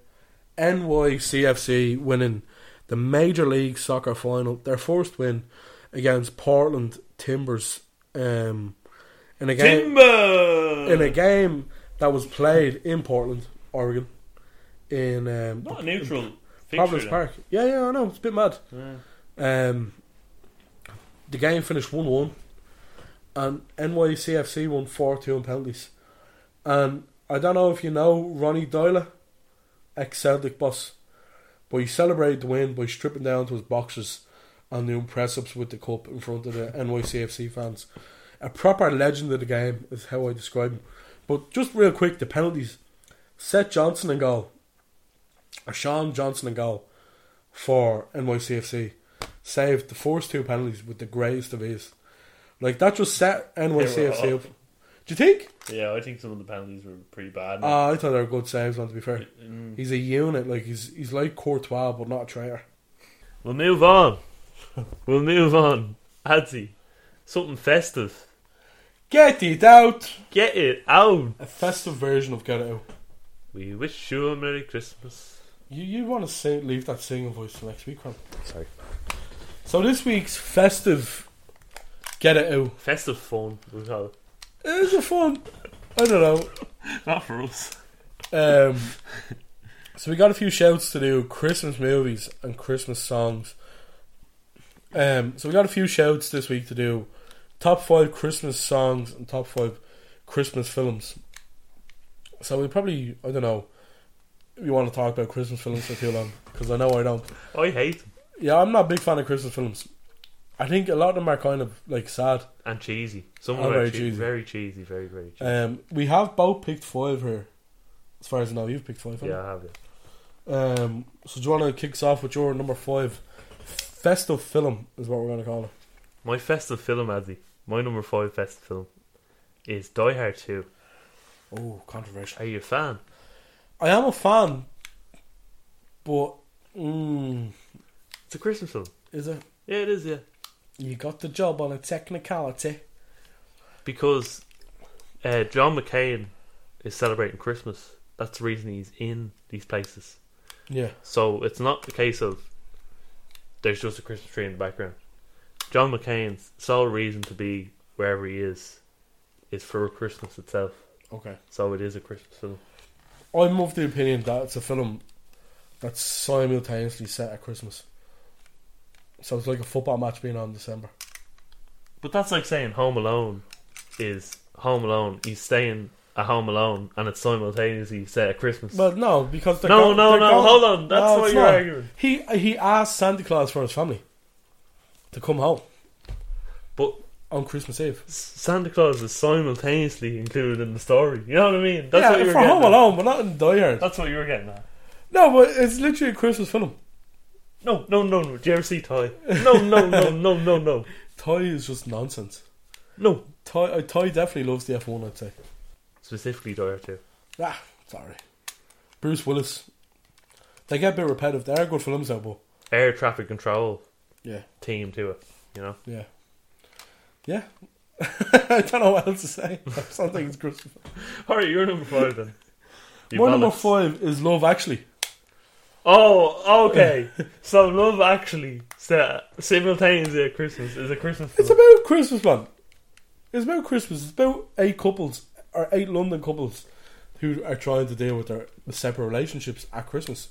A: NYCFC winning the Major League Soccer final, their first win against Portland Timbers um, in a game
L: Timber!
A: in a game that was played in Portland, Oregon, in um,
L: Not a neutral.
A: Providence Park. Yeah, yeah, I know. It's a bit mad. Um, the game finished 1 1, and NYCFC won 4 2 on penalties. And I don't know if you know Ronnie Dyler, ex Celtic boss, but he celebrated the win by stripping down to his boxers and doing press ups with the cup in front of the NYCFC fans. A proper legend of the game is how I describe him. But just real quick, the penalties. Seth Johnson in goal. Sean Johnson and goal for NYCFC saved the first two penalties with the greatest of ease. Like that just set
L: They
A: NYCFC
L: were
A: up. Do you think?
L: Yeah, I think some of the penalties were pretty bad.
A: Ah, I thought they were good saves. Man, to be fair,
L: Mm.
A: he's a unit. Like he's he's like Courtois, but not a traitor.
L: We'll move on. We'll move on. Adzi, something festive.
A: Get it out.
L: Get it out.
A: A festive version of Get It Out.
L: We wish you a Merry Christmas.
A: You you want to say, leave that singing voice for next week, man? Sorry. So this week's festive Get It Out
L: Festive fun, we call it.
A: is a fun. I don't know.
L: Not for us.
A: Um, so we got a few shouts to do Christmas movies and Christmas songs. Um, so we got a few shouts this week to do top five Christmas songs and top five Christmas films. So we probably I don't know. We want to talk about Christmas films for too long because I know I don't.
L: I hate them.
A: Yeah, I'm not a big fan of Christmas films. I think a lot of them are kind of like sad.
L: And cheesy. Some
A: Oh,
L: of them
A: very
L: are che-
A: cheesy.
L: very cheesy, very, very cheesy.
A: Um, we have both picked five here. As far as I know, you've picked five. haven't you?
L: yeah, I have it.
A: Um, so do you want to kick us off with your number five? Festive film is what we're going to call it.
L: My festive film, Adzi, my number five festive film, is Die Hard 2.
A: Oh, controversial.
L: Are you a fan?
A: I am a fan, but mm,
L: It's a Christmas film.
A: is it?
L: Yeah, it is, yeah.
A: You got the job on a technicality.
L: because uh, John McCain is celebrating Christmas. That's the reason he's in these places.
A: Yeah.
L: So it's not the case of there's just a Christmas tree in the background. John McCain's sole reason to be wherever he is is for Christmas itself.
A: Okay.
L: So it is a Christmas film.
A: I'm of the opinion that it's a film that's simultaneously set at Christmas. So it's like a football match being on in December.
L: But that's like saying Home Alone is Home Alone. He's staying at Home Alone and it's simultaneously set at Christmas.
A: Well, no, because they're
L: No,
A: go-
L: no,
A: they're
L: no,
A: go-
L: hold on, that's not
A: it's
L: your argument.
A: He he asked Santa Claus for his family to come home
L: but
A: on Christmas Eve.
L: Santa Claus is simultaneously included in the story. You know what I mean? That's what you
A: yeah,
L: were
A: for
L: getting
A: Home
L: at.
A: Alone, but not in Die Hard.
L: That's what you were getting at.
A: No, but it's literally a Christmas film.
L: No, no, no, no. Do you ever see Ty? No, no, no, no, no, no.
A: Ty is just nonsense.
L: No.
A: Ty, uh, Ty definitely loves the F1, I'd say.
L: Specifically Die Hard 2.
A: Ah, sorry. Bruce Willis. They get a bit repetitive. They are good films, though, but
L: Air traffic control
A: yeah,
L: team to it, you know?
A: yeah. Yeah, I don't know what else to say. Something's crucified.
L: All right, you're number five then. You
A: My number
L: bollocks.
A: five is Love Actually.
L: Oh, okay. so Love Actually, so, simultaneously at Christmas, is a Christmas
A: It's
L: film.
A: about Christmas, man. It's about Christmas. It's about eight couples or eight London couples who are trying to deal with their separate relationships at Christmas.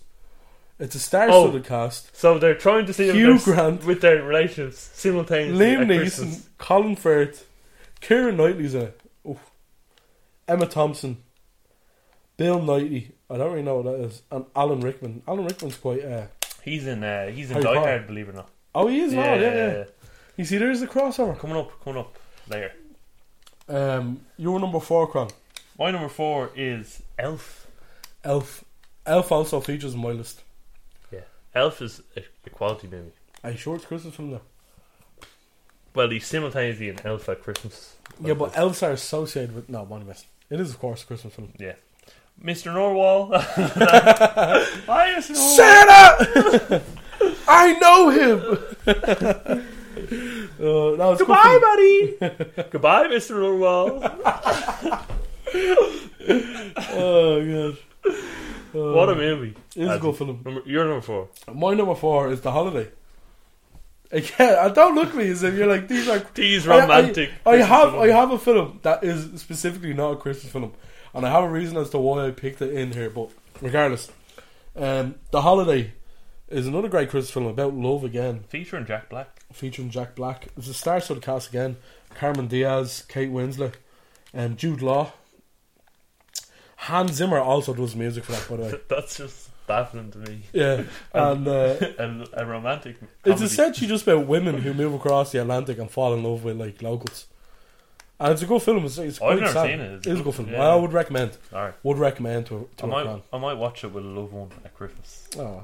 A: It's a star-studded cast.
L: so they're trying to see
A: Hugh
L: with their,
A: Grant.
L: with their relationships simultaneously
A: Liam
L: at
A: Neeson,
L: Christmas.
A: Colin Firth, Kieran Knightley's in it. Oof. Emma Thompson, Bill Knightley. I don't really know what that is, and Alan Rickman. Alan Rickman's quite. Uh,
L: He's in. Uh, he's in
A: Harry
L: Die
A: Potter.
L: Hard, believe it or not.
A: oh, he is yeah. yeah, yeah,
L: yeah.
A: You see, there's the crossover.
L: Coming up, coming up later.
A: Um, your number four, Cron.
L: My number four is Elf.
A: Elf. Elf also features on my list.
L: Yeah, Elf is a, a quality movie.
A: I sure it's Christmas from there.
L: Well, he's simultaneously an elf at Christmas.
A: yeah, but elves are associated with no one mess. It is of course a Christmas film.
L: Yeah. Mr. Norwal. Hi, Mr. Norwal.
A: Santa I know him uh, no, it's
L: Goodbye,
A: good
L: buddy. Goodbye, Mr. Norwal.
A: film. Oh gosh.
L: what a movie.
A: It is a
L: That's-
A: good film.
L: Number, you're number four.
A: My number four is The Holiday. Again, I don't look at me as if you're like these are
L: These
A: I- I-
L: romantic.
A: I,
L: Christmas
A: have I
L: movies.
A: have a film that is specifically not a Christmas film, and I have a reason as to why I picked it in here. But regardless, um, the holiday is another great Christmas film about love again,
L: Featuring Jack Black.
A: featuring Jack Black. It's a star-studded cast again: Carmen Diaz, Kate Winslet, and Jude Law. Hans Zimmer also does music for that, by the way.
L: That's just baffling to me.
A: Yeah, and uh,
L: a, a romantic.
A: It's
L: comedy.
A: essentially just about women who move across the Atlantic and fall in love with like locals. And it's a good film. It's, it's
L: I've
A: quite
L: never
A: sad.
L: seen it. It's
A: It is a
L: good,
A: good film.
L: yeah.
A: I would recommend.
L: All right.
A: Would recommend to, to
L: I
A: a
L: might,
A: cran.
L: I might watch it with a loved one at Christmas.
A: Aw.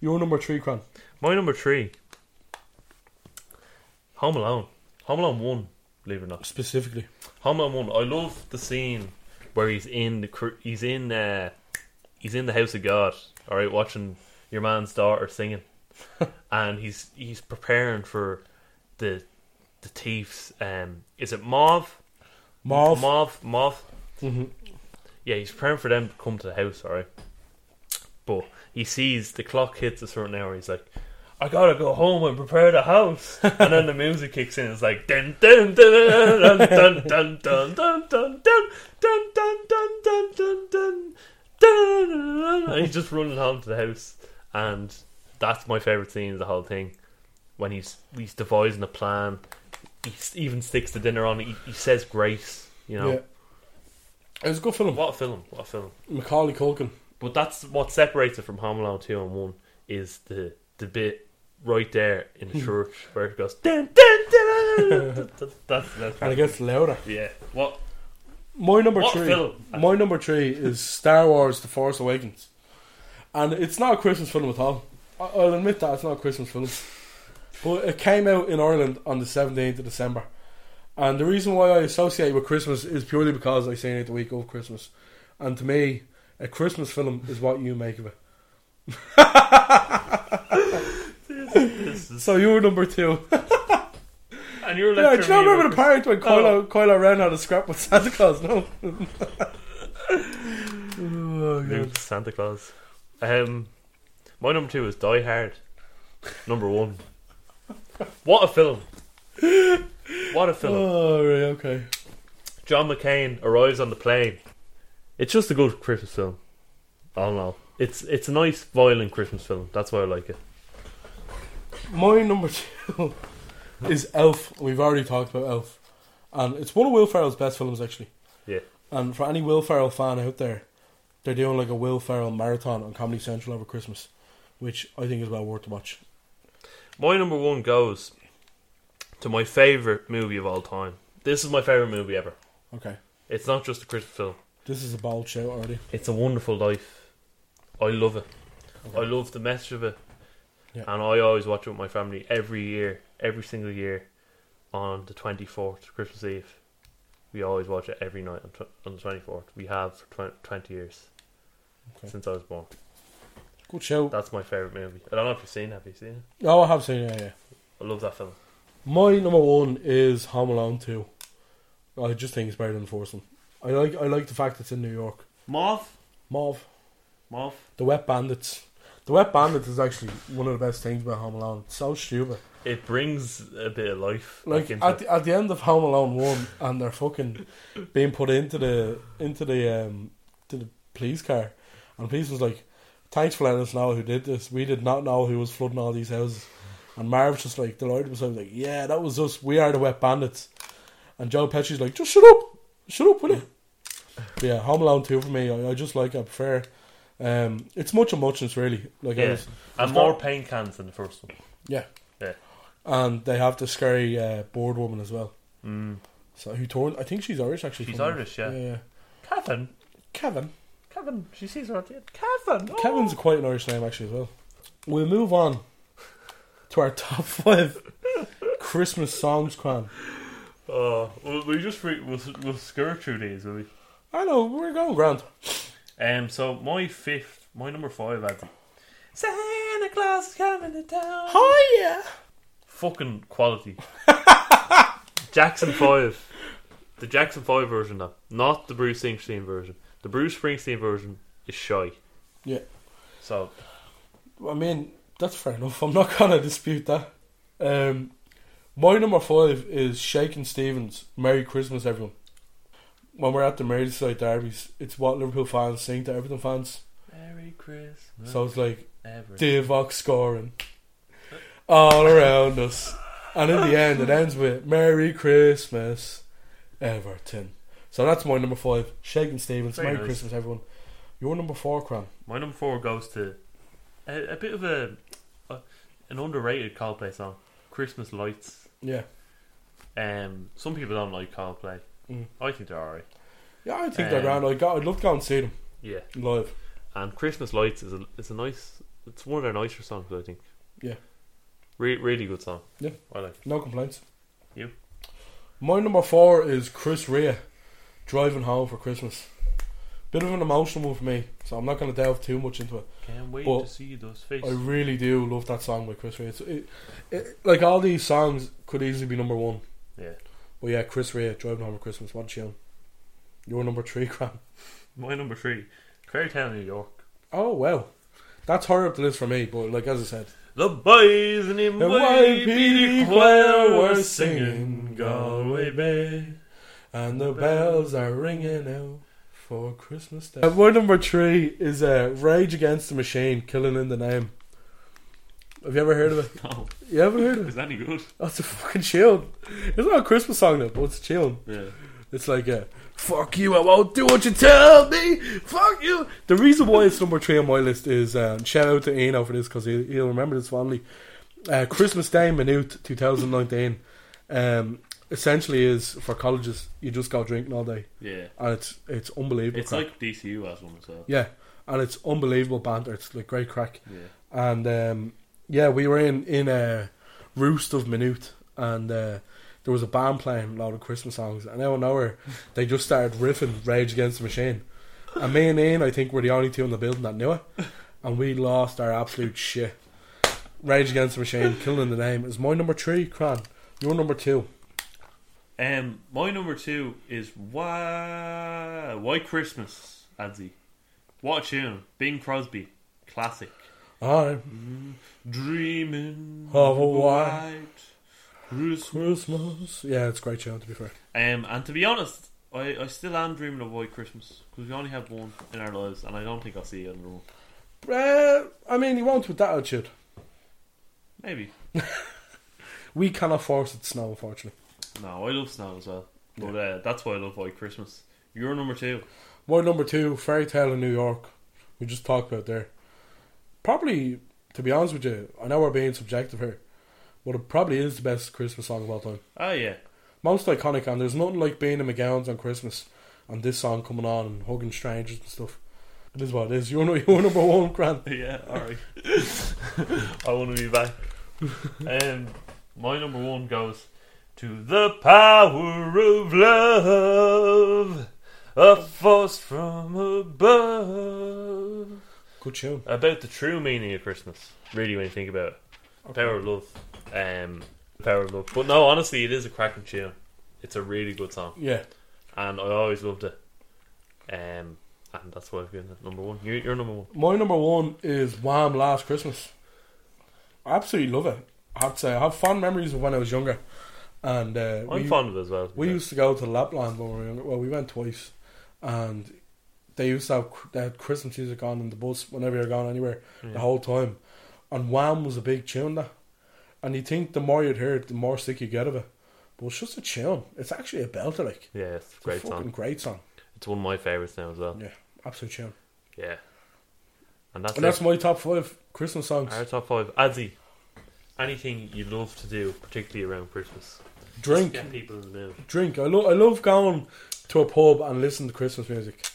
A: Your number three cran.
L: My number three. Home Alone. Home Alone 1, believe it or not.
A: Specifically.
L: Home Alone 1. I love the scene where he's in the cr- he's in uh, he's in the house of God, all right, watching your man's daughter singing, and he's he's preparing for the the thieves. Um, is it Mauve?
A: Marv.
L: Mauve, Mauve. Yeah, he's preparing for them to come to the house, alright? But he sees the clock hits a certain hour, he's like, I gotta go home and prepare the house. and then the music kicks in, it's like, dun dun dun dun dun dun dun dun dun dun dun dun dun dun dun dun dun And he's just running home to the house. And that's my favourite scene of the whole thing. When he's he's devising a plan, he s- even sticks the dinner on. He, he says grace, you know.
A: Yeah. It was a good film.
L: What a film! What a film!
A: Macaulay Culkin.
L: But that's what separates it from Home Alone two and one is the the bit right there in
A: Hmm.
L: the church where it goes. Dun, dun, dun, dun, dun, dun. That's that's
A: And it gets louder.
L: yeah. What
A: My number
L: What
A: three.
L: film?
A: My number three is Star Wars: The Force Awakens, and it's not a Christmas film at all. I- I'll admit that it's not a Christmas film, but it came out in Ireland on the seventeenth of December, and the reason why I associate it with Christmas is purely because I seen it the week of Christmas, and to me, a Christmas film is what you make of it.
L: this is?
A: So you were number two.
L: And you're
A: Yeah,
L: like,
A: do you not remember the part when Kylo,
L: Oh.
A: Kylo Ren had a scrap with Santa Claus? No. Oh,
L: Luke Santa Claus? Um, my number two is Die Hard. Number one. What a film! What a film!
A: Oh, right, okay.
L: John McCain arrives on the plane. It's just a good Christmas film. I don't know. It's it's a nice violent Christmas film. That's why I like it.
A: My number two is Elf. We've already talked about Elf, and it's one of Will Ferrell's best films actually.
L: Yeah.
A: And for any Will Ferrell fan out there, they're doing like a Will Ferrell marathon on Comedy Central over Christmas, which I think is well worth the watch.
L: My number one goes to my favorite movie of all time. This is my favorite movie ever.
A: Okay,
L: It's not just a Christmas film.
A: this is a bold shout already.
L: It's a Wonderful Life. I love it. I love the message of it.
A: Yeah.
L: And I always watch it with my family every year, every single year on the 24th, Christmas Eve. We always watch it every night on, tw- on the 24th. We have for tw- 20 years
A: Okay.
L: since I was born.
A: Good shout.
L: That's my favourite movie. I don't know if you've seen it. Have you seen it?
A: Oh, I have seen it. Yeah, yeah.
L: I love that film.
A: My number one is Home Alone Two. I just think it's better than the first one. I like I like the fact it's in New York.
L: Moth,
A: Mauve,
L: moth.
A: the Wet Bandits. The Wet Bandits is actually one of the best things about Home Alone. It's so stupid.
L: It brings a bit of life.
A: Like
L: into
A: at
L: it.
A: the, at the end of Home Alone one, and they're fucking being put into the into the um to the police car, and the police was like, "Thanks for letting us know who did this. We did not know who was flooding all these houses." And Marv's just like delighted with himself, like, "Yeah, that was us. We are the Wet Bandits." And Joe Pesci's like, "Just shut up, shut up with it." But yeah, Home Alone two for me. I, I just like I prefer. Um, it's much a muchness, really. Like, I
L: yeah,
A: was-
L: and more paint cans than the first one.
A: yeah,
L: Yeah,
A: and they have the scary uh, board woman as well. So who turned? I think she's Irish actually.
L: Mm. She's
A: from-
L: Irish, yeah.
A: yeah.
L: Kevin,
A: Kevin.
L: Kevin, she sees her at the end. Kevin, oh.
A: Kevin's quite an Irish name actually as well. We'll move on to our top five Christmas songs, Quan.
L: Oh, well, we just re- we'll, we'll skirt through these, will we?
A: I know we're going grand.
L: Um, so my fifth, my number five, Andy. Santa Claus is coming to town.
A: Oh yeah.
L: Fucking quality. Jackson Five, the Jackson Five version, though, not the Bruce Springsteen version. The Bruce Springsteen version is shy.
A: Yeah.
L: So
A: I mean that's fair enough. I'm not gonna dispute that. Um, my number five is Shaking Stevens. Merry Christmas, everyone. When we're at the Merseyside derbies, it's what Liverpool fans sing to Everton fans.
L: Merry Christmas,
A: So it's like
L: everyone.
A: Divock scoring all around us. And in the end, it ends with Merry Christmas, Everton. So that's my number five, Shaking Stevens.
L: Very
A: Merry
L: nice.
A: Christmas, everyone. Your number four, Cram.
L: My number four goes to a, a bit of a, a an underrated Coldplay song, Christmas Lights.
A: Yeah.
L: Um, some people don't like Coldplay.
A: Mm.
L: I think they're alright.
A: Yeah, I think they're
L: Um,
A: grand. I got, I'd love to go and see them
L: Yeah.
A: live.
L: And Christmas Lights is a, it's a nice, it's one of their nicer songs, I think.
A: Yeah.
L: Re- really good song.
A: Yeah.
L: I like it.
A: No complaints.
L: You?
A: My number four is Chris Rea, Driving Home for Christmas. Bit of an emotional one for me, so I'm not going to delve too much into it.
L: Can't wait
A: But
L: to see those faces.
A: I really do love that song by Chris Rea. It's, it, it, like all these songs could easily be number one.
L: yeah.
A: But yeah, Chris Rea, Driving Home at Christmas. What a tune. You're number three, Cram.
L: My number three, Fairytale New York.
A: Oh wow, that's higher up the list for me. But like as I said,
L: The boys in the
A: The
L: white
A: white
L: beady
A: beady
L: choir were
A: were
L: singing
A: singing
L: Galway Bay.
A: and the bells are ringing out for Christmas Day. Uh, my number three is uh, Rage Against the Machine, Killing in the Name. Have you ever heard of it?
L: Oh,
A: You haven't heard of it?
L: is that any good?
A: That's a fucking tune. It's not a Christmas song though, but it's a tune.
L: Yeah.
A: It's like a fuck you, I won't do what you tell me. Fuck you. The reason why it's number three on my list is um, shout out to Eno for this because he, he'll remember this fondly. Uh, Christmas Day Minute 2019 um, essentially is for colleges. You just go drinking all day,
L: Yeah.
A: and it's it's unbelievable.
L: It's
A: crack.
L: like DCU has one as well.
A: Uh, yeah, and it's unbelievable banter. It's like great crack.
L: Yeah.
A: And um, yeah, we were in in a roost of Minute, and uh, there was a band playing a lot of Christmas songs. And out of nowhere, they just started riffing Rage Against the Machine. And me and Ian, I think, were the only two in the building that knew it, and we lost our absolute shit. Rage Against the Machine, killing the name is my number three. Cran, your number two.
L: Um, my number two is Why Why Christmas, Adzi. What a tune, Bing Crosby, classic.
A: All right,
L: Dreaming
A: Of a
L: white Christmas.
A: Christmas. Yeah, it's a great show to be fair.
L: Um, and to be honest, I, I still am dreaming of White Christmas because we only have one in our lives, and I don't think I'll see another one.
A: Uh, I mean, he won't with that attitude.
L: Maybe.
A: We cannot force it to snow, unfortunately.
L: No, I love snow as well, but uh, that's why I love White Christmas. You're number two.
A: My number two, Fairy Tale in New York. We just talked about there. Probably, to be honest with you, I know we're being subjective here, but it probably is the best Christmas song of all time.
L: Oh yeah,
A: Most iconic, and there's nothing like being in McGowan's on Christmas and this song coming on and hugging strangers and stuff. It is what it is. You're, no, you're number one, Grant.
L: yeah. All right. I want to be back. Um, my number one goes to the power of love, a force from above.
A: Good tune.
L: about the true meaning of Christmas. Really, when you think about it, power of love. Um, The Power of Love. But no, honestly, it is a cracking tune. It's a really good song,
A: Yeah.
L: and I always loved it. Um, and that's why I've been at number one. You're, you're number one.
A: My number one is Wham Last Christmas. I absolutely love it. I have to say, I have fond memories of when I was younger. And uh,
L: I'm
A: we,
L: fond of it as well. to be
A: we
L: fair.
A: used to go to Lapland when we were younger. Well, we went twice. And they used to have cr- they had Christmas music on in the bus whenever you're going anywhere the whole time. And Wham was a big tune, that. And you think the more you'd hear it, the more sick you get of it. But it's just a tune. It's actually a belter, like.
L: yeah, it's a
A: It's a
L: great
A: fucking
L: song.
A: great song.
L: It's one of my favorites now as well. Yeah,
A: Yeah, absolute tune.
L: and that's,
A: And
L: that's
A: that's my top five Christmas songs.
L: our top five. Adzi, anything you love to do, particularly around Christmas?
A: Drink.
L: Get people in the mood.
A: drink. I love I love going to a pub and listening to Christmas music.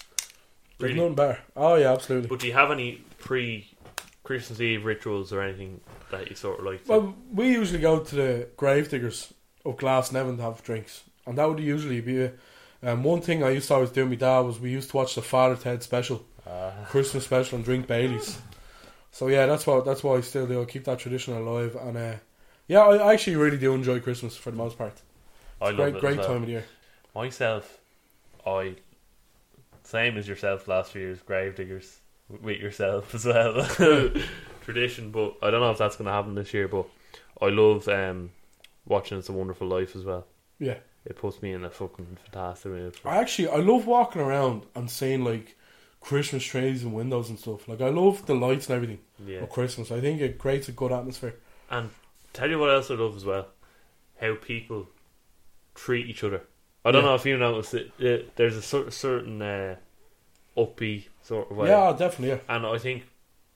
A: There's
L: Really?
A: nothing better. Oh yeah, absolutely.
L: But do you have any pre Christmas Eve rituals or anything that you sort of like? To?
A: well, we usually go to the gravediggers of Glasnevin to have drinks, and that would usually be. A, um, one thing I used to always do with my dad was we used to watch the Father Ted special,
L: Ah.
A: Christmas special, and drink Baileys. So yeah, that's what that's what I still do. I keep that tradition alive, and uh, yeah, I actually really do enjoy Christmas for the most part.
L: I love
A: Great,
L: it as
A: great
L: well.
A: time of the year.
L: Myself, I same as yourself last year's Gravediggers w- with yourself as well tradition. But I don't know if that's going to happen this year. But I love um, watching It's a Wonderful Life as well.
A: Yeah.
L: It puts me in a fucking fantastic mood. for-
A: I actually I love walking around and seeing like Christmas trees and windows and stuff. Like I love the lights and everything
L: Yeah.
A: of Christmas. I think it creates a good atmosphere.
L: And tell you what else I love as well, how people treat each other. I don't
A: Yeah.
L: know if you noticed it. it there's a cer- certain uh, uppy sort of way,
A: yeah, definitely. Yeah.
L: and I think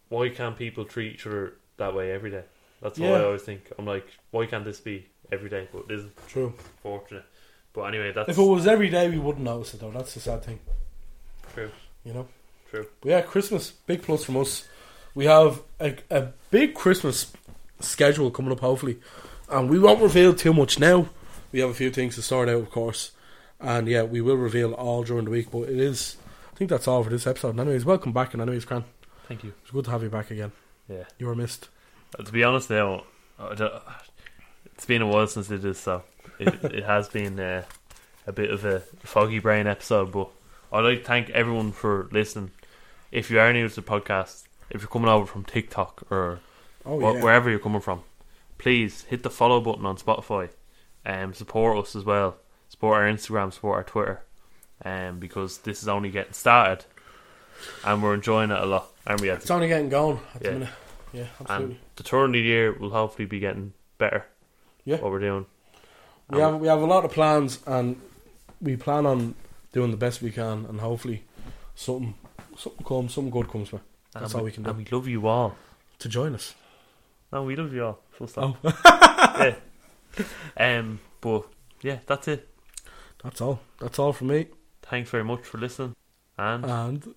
L: why can't people treat each other that way every day? That's what I
A: Yeah.
L: always think. I'm like, why can't this be every day? But it isn't.
A: True.
L: Fortunate. But anyway, that's
A: If it was every day, we wouldn't notice it though. That's the sad thing,
L: true.
A: you know.
L: True.
A: But yeah, Christmas big plus from us. We have a, a big Christmas schedule coming up, hopefully, and we won't reveal too much now. We have a few things to start out, of course, and yeah, we will reveal all during the week. But it is, I think that's all for this episode. And anyways, welcome back, and anyways, Cran.
L: Thank you.
A: It's good to have you back again.
L: Yeah.
A: You were missed.
L: Uh, To be honest, now I don't- it's been a while since I did this, so it, it has been uh, a bit of a foggy brain episode. But I'd like to thank everyone for listening. If you are new to the podcast, if you're coming over from TikTok or
A: Oh
L: wh-
A: yeah.
L: wherever you're coming from, please hit the follow button on Spotify. Um, support us as well. Support our Instagram. Support our Twitter. Um, because this is only getting started, and we're enjoying it a lot. And we had
A: It's only getting going at
L: Yeah.
A: the minute. Yeah, absolutely.
L: and the turn of the year will hopefully be getting better.
A: Yeah.
L: What we're doing.
A: we have we have a lot of plans, and we plan on doing the best we can, and hopefully, something something comes, something good comes. Man. That's
L: and
A: all we can
L: And
A: do.
L: we love you all.
A: To join us,
L: No, we love you all. Full stop.
A: Oh.
L: yeah. Um, but yeah, that's it.
A: that's all. That's all from me.
L: Thanks very much for listening. And
A: And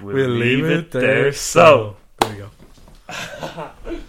L: we'll, leave, it there. so.
A: there we go.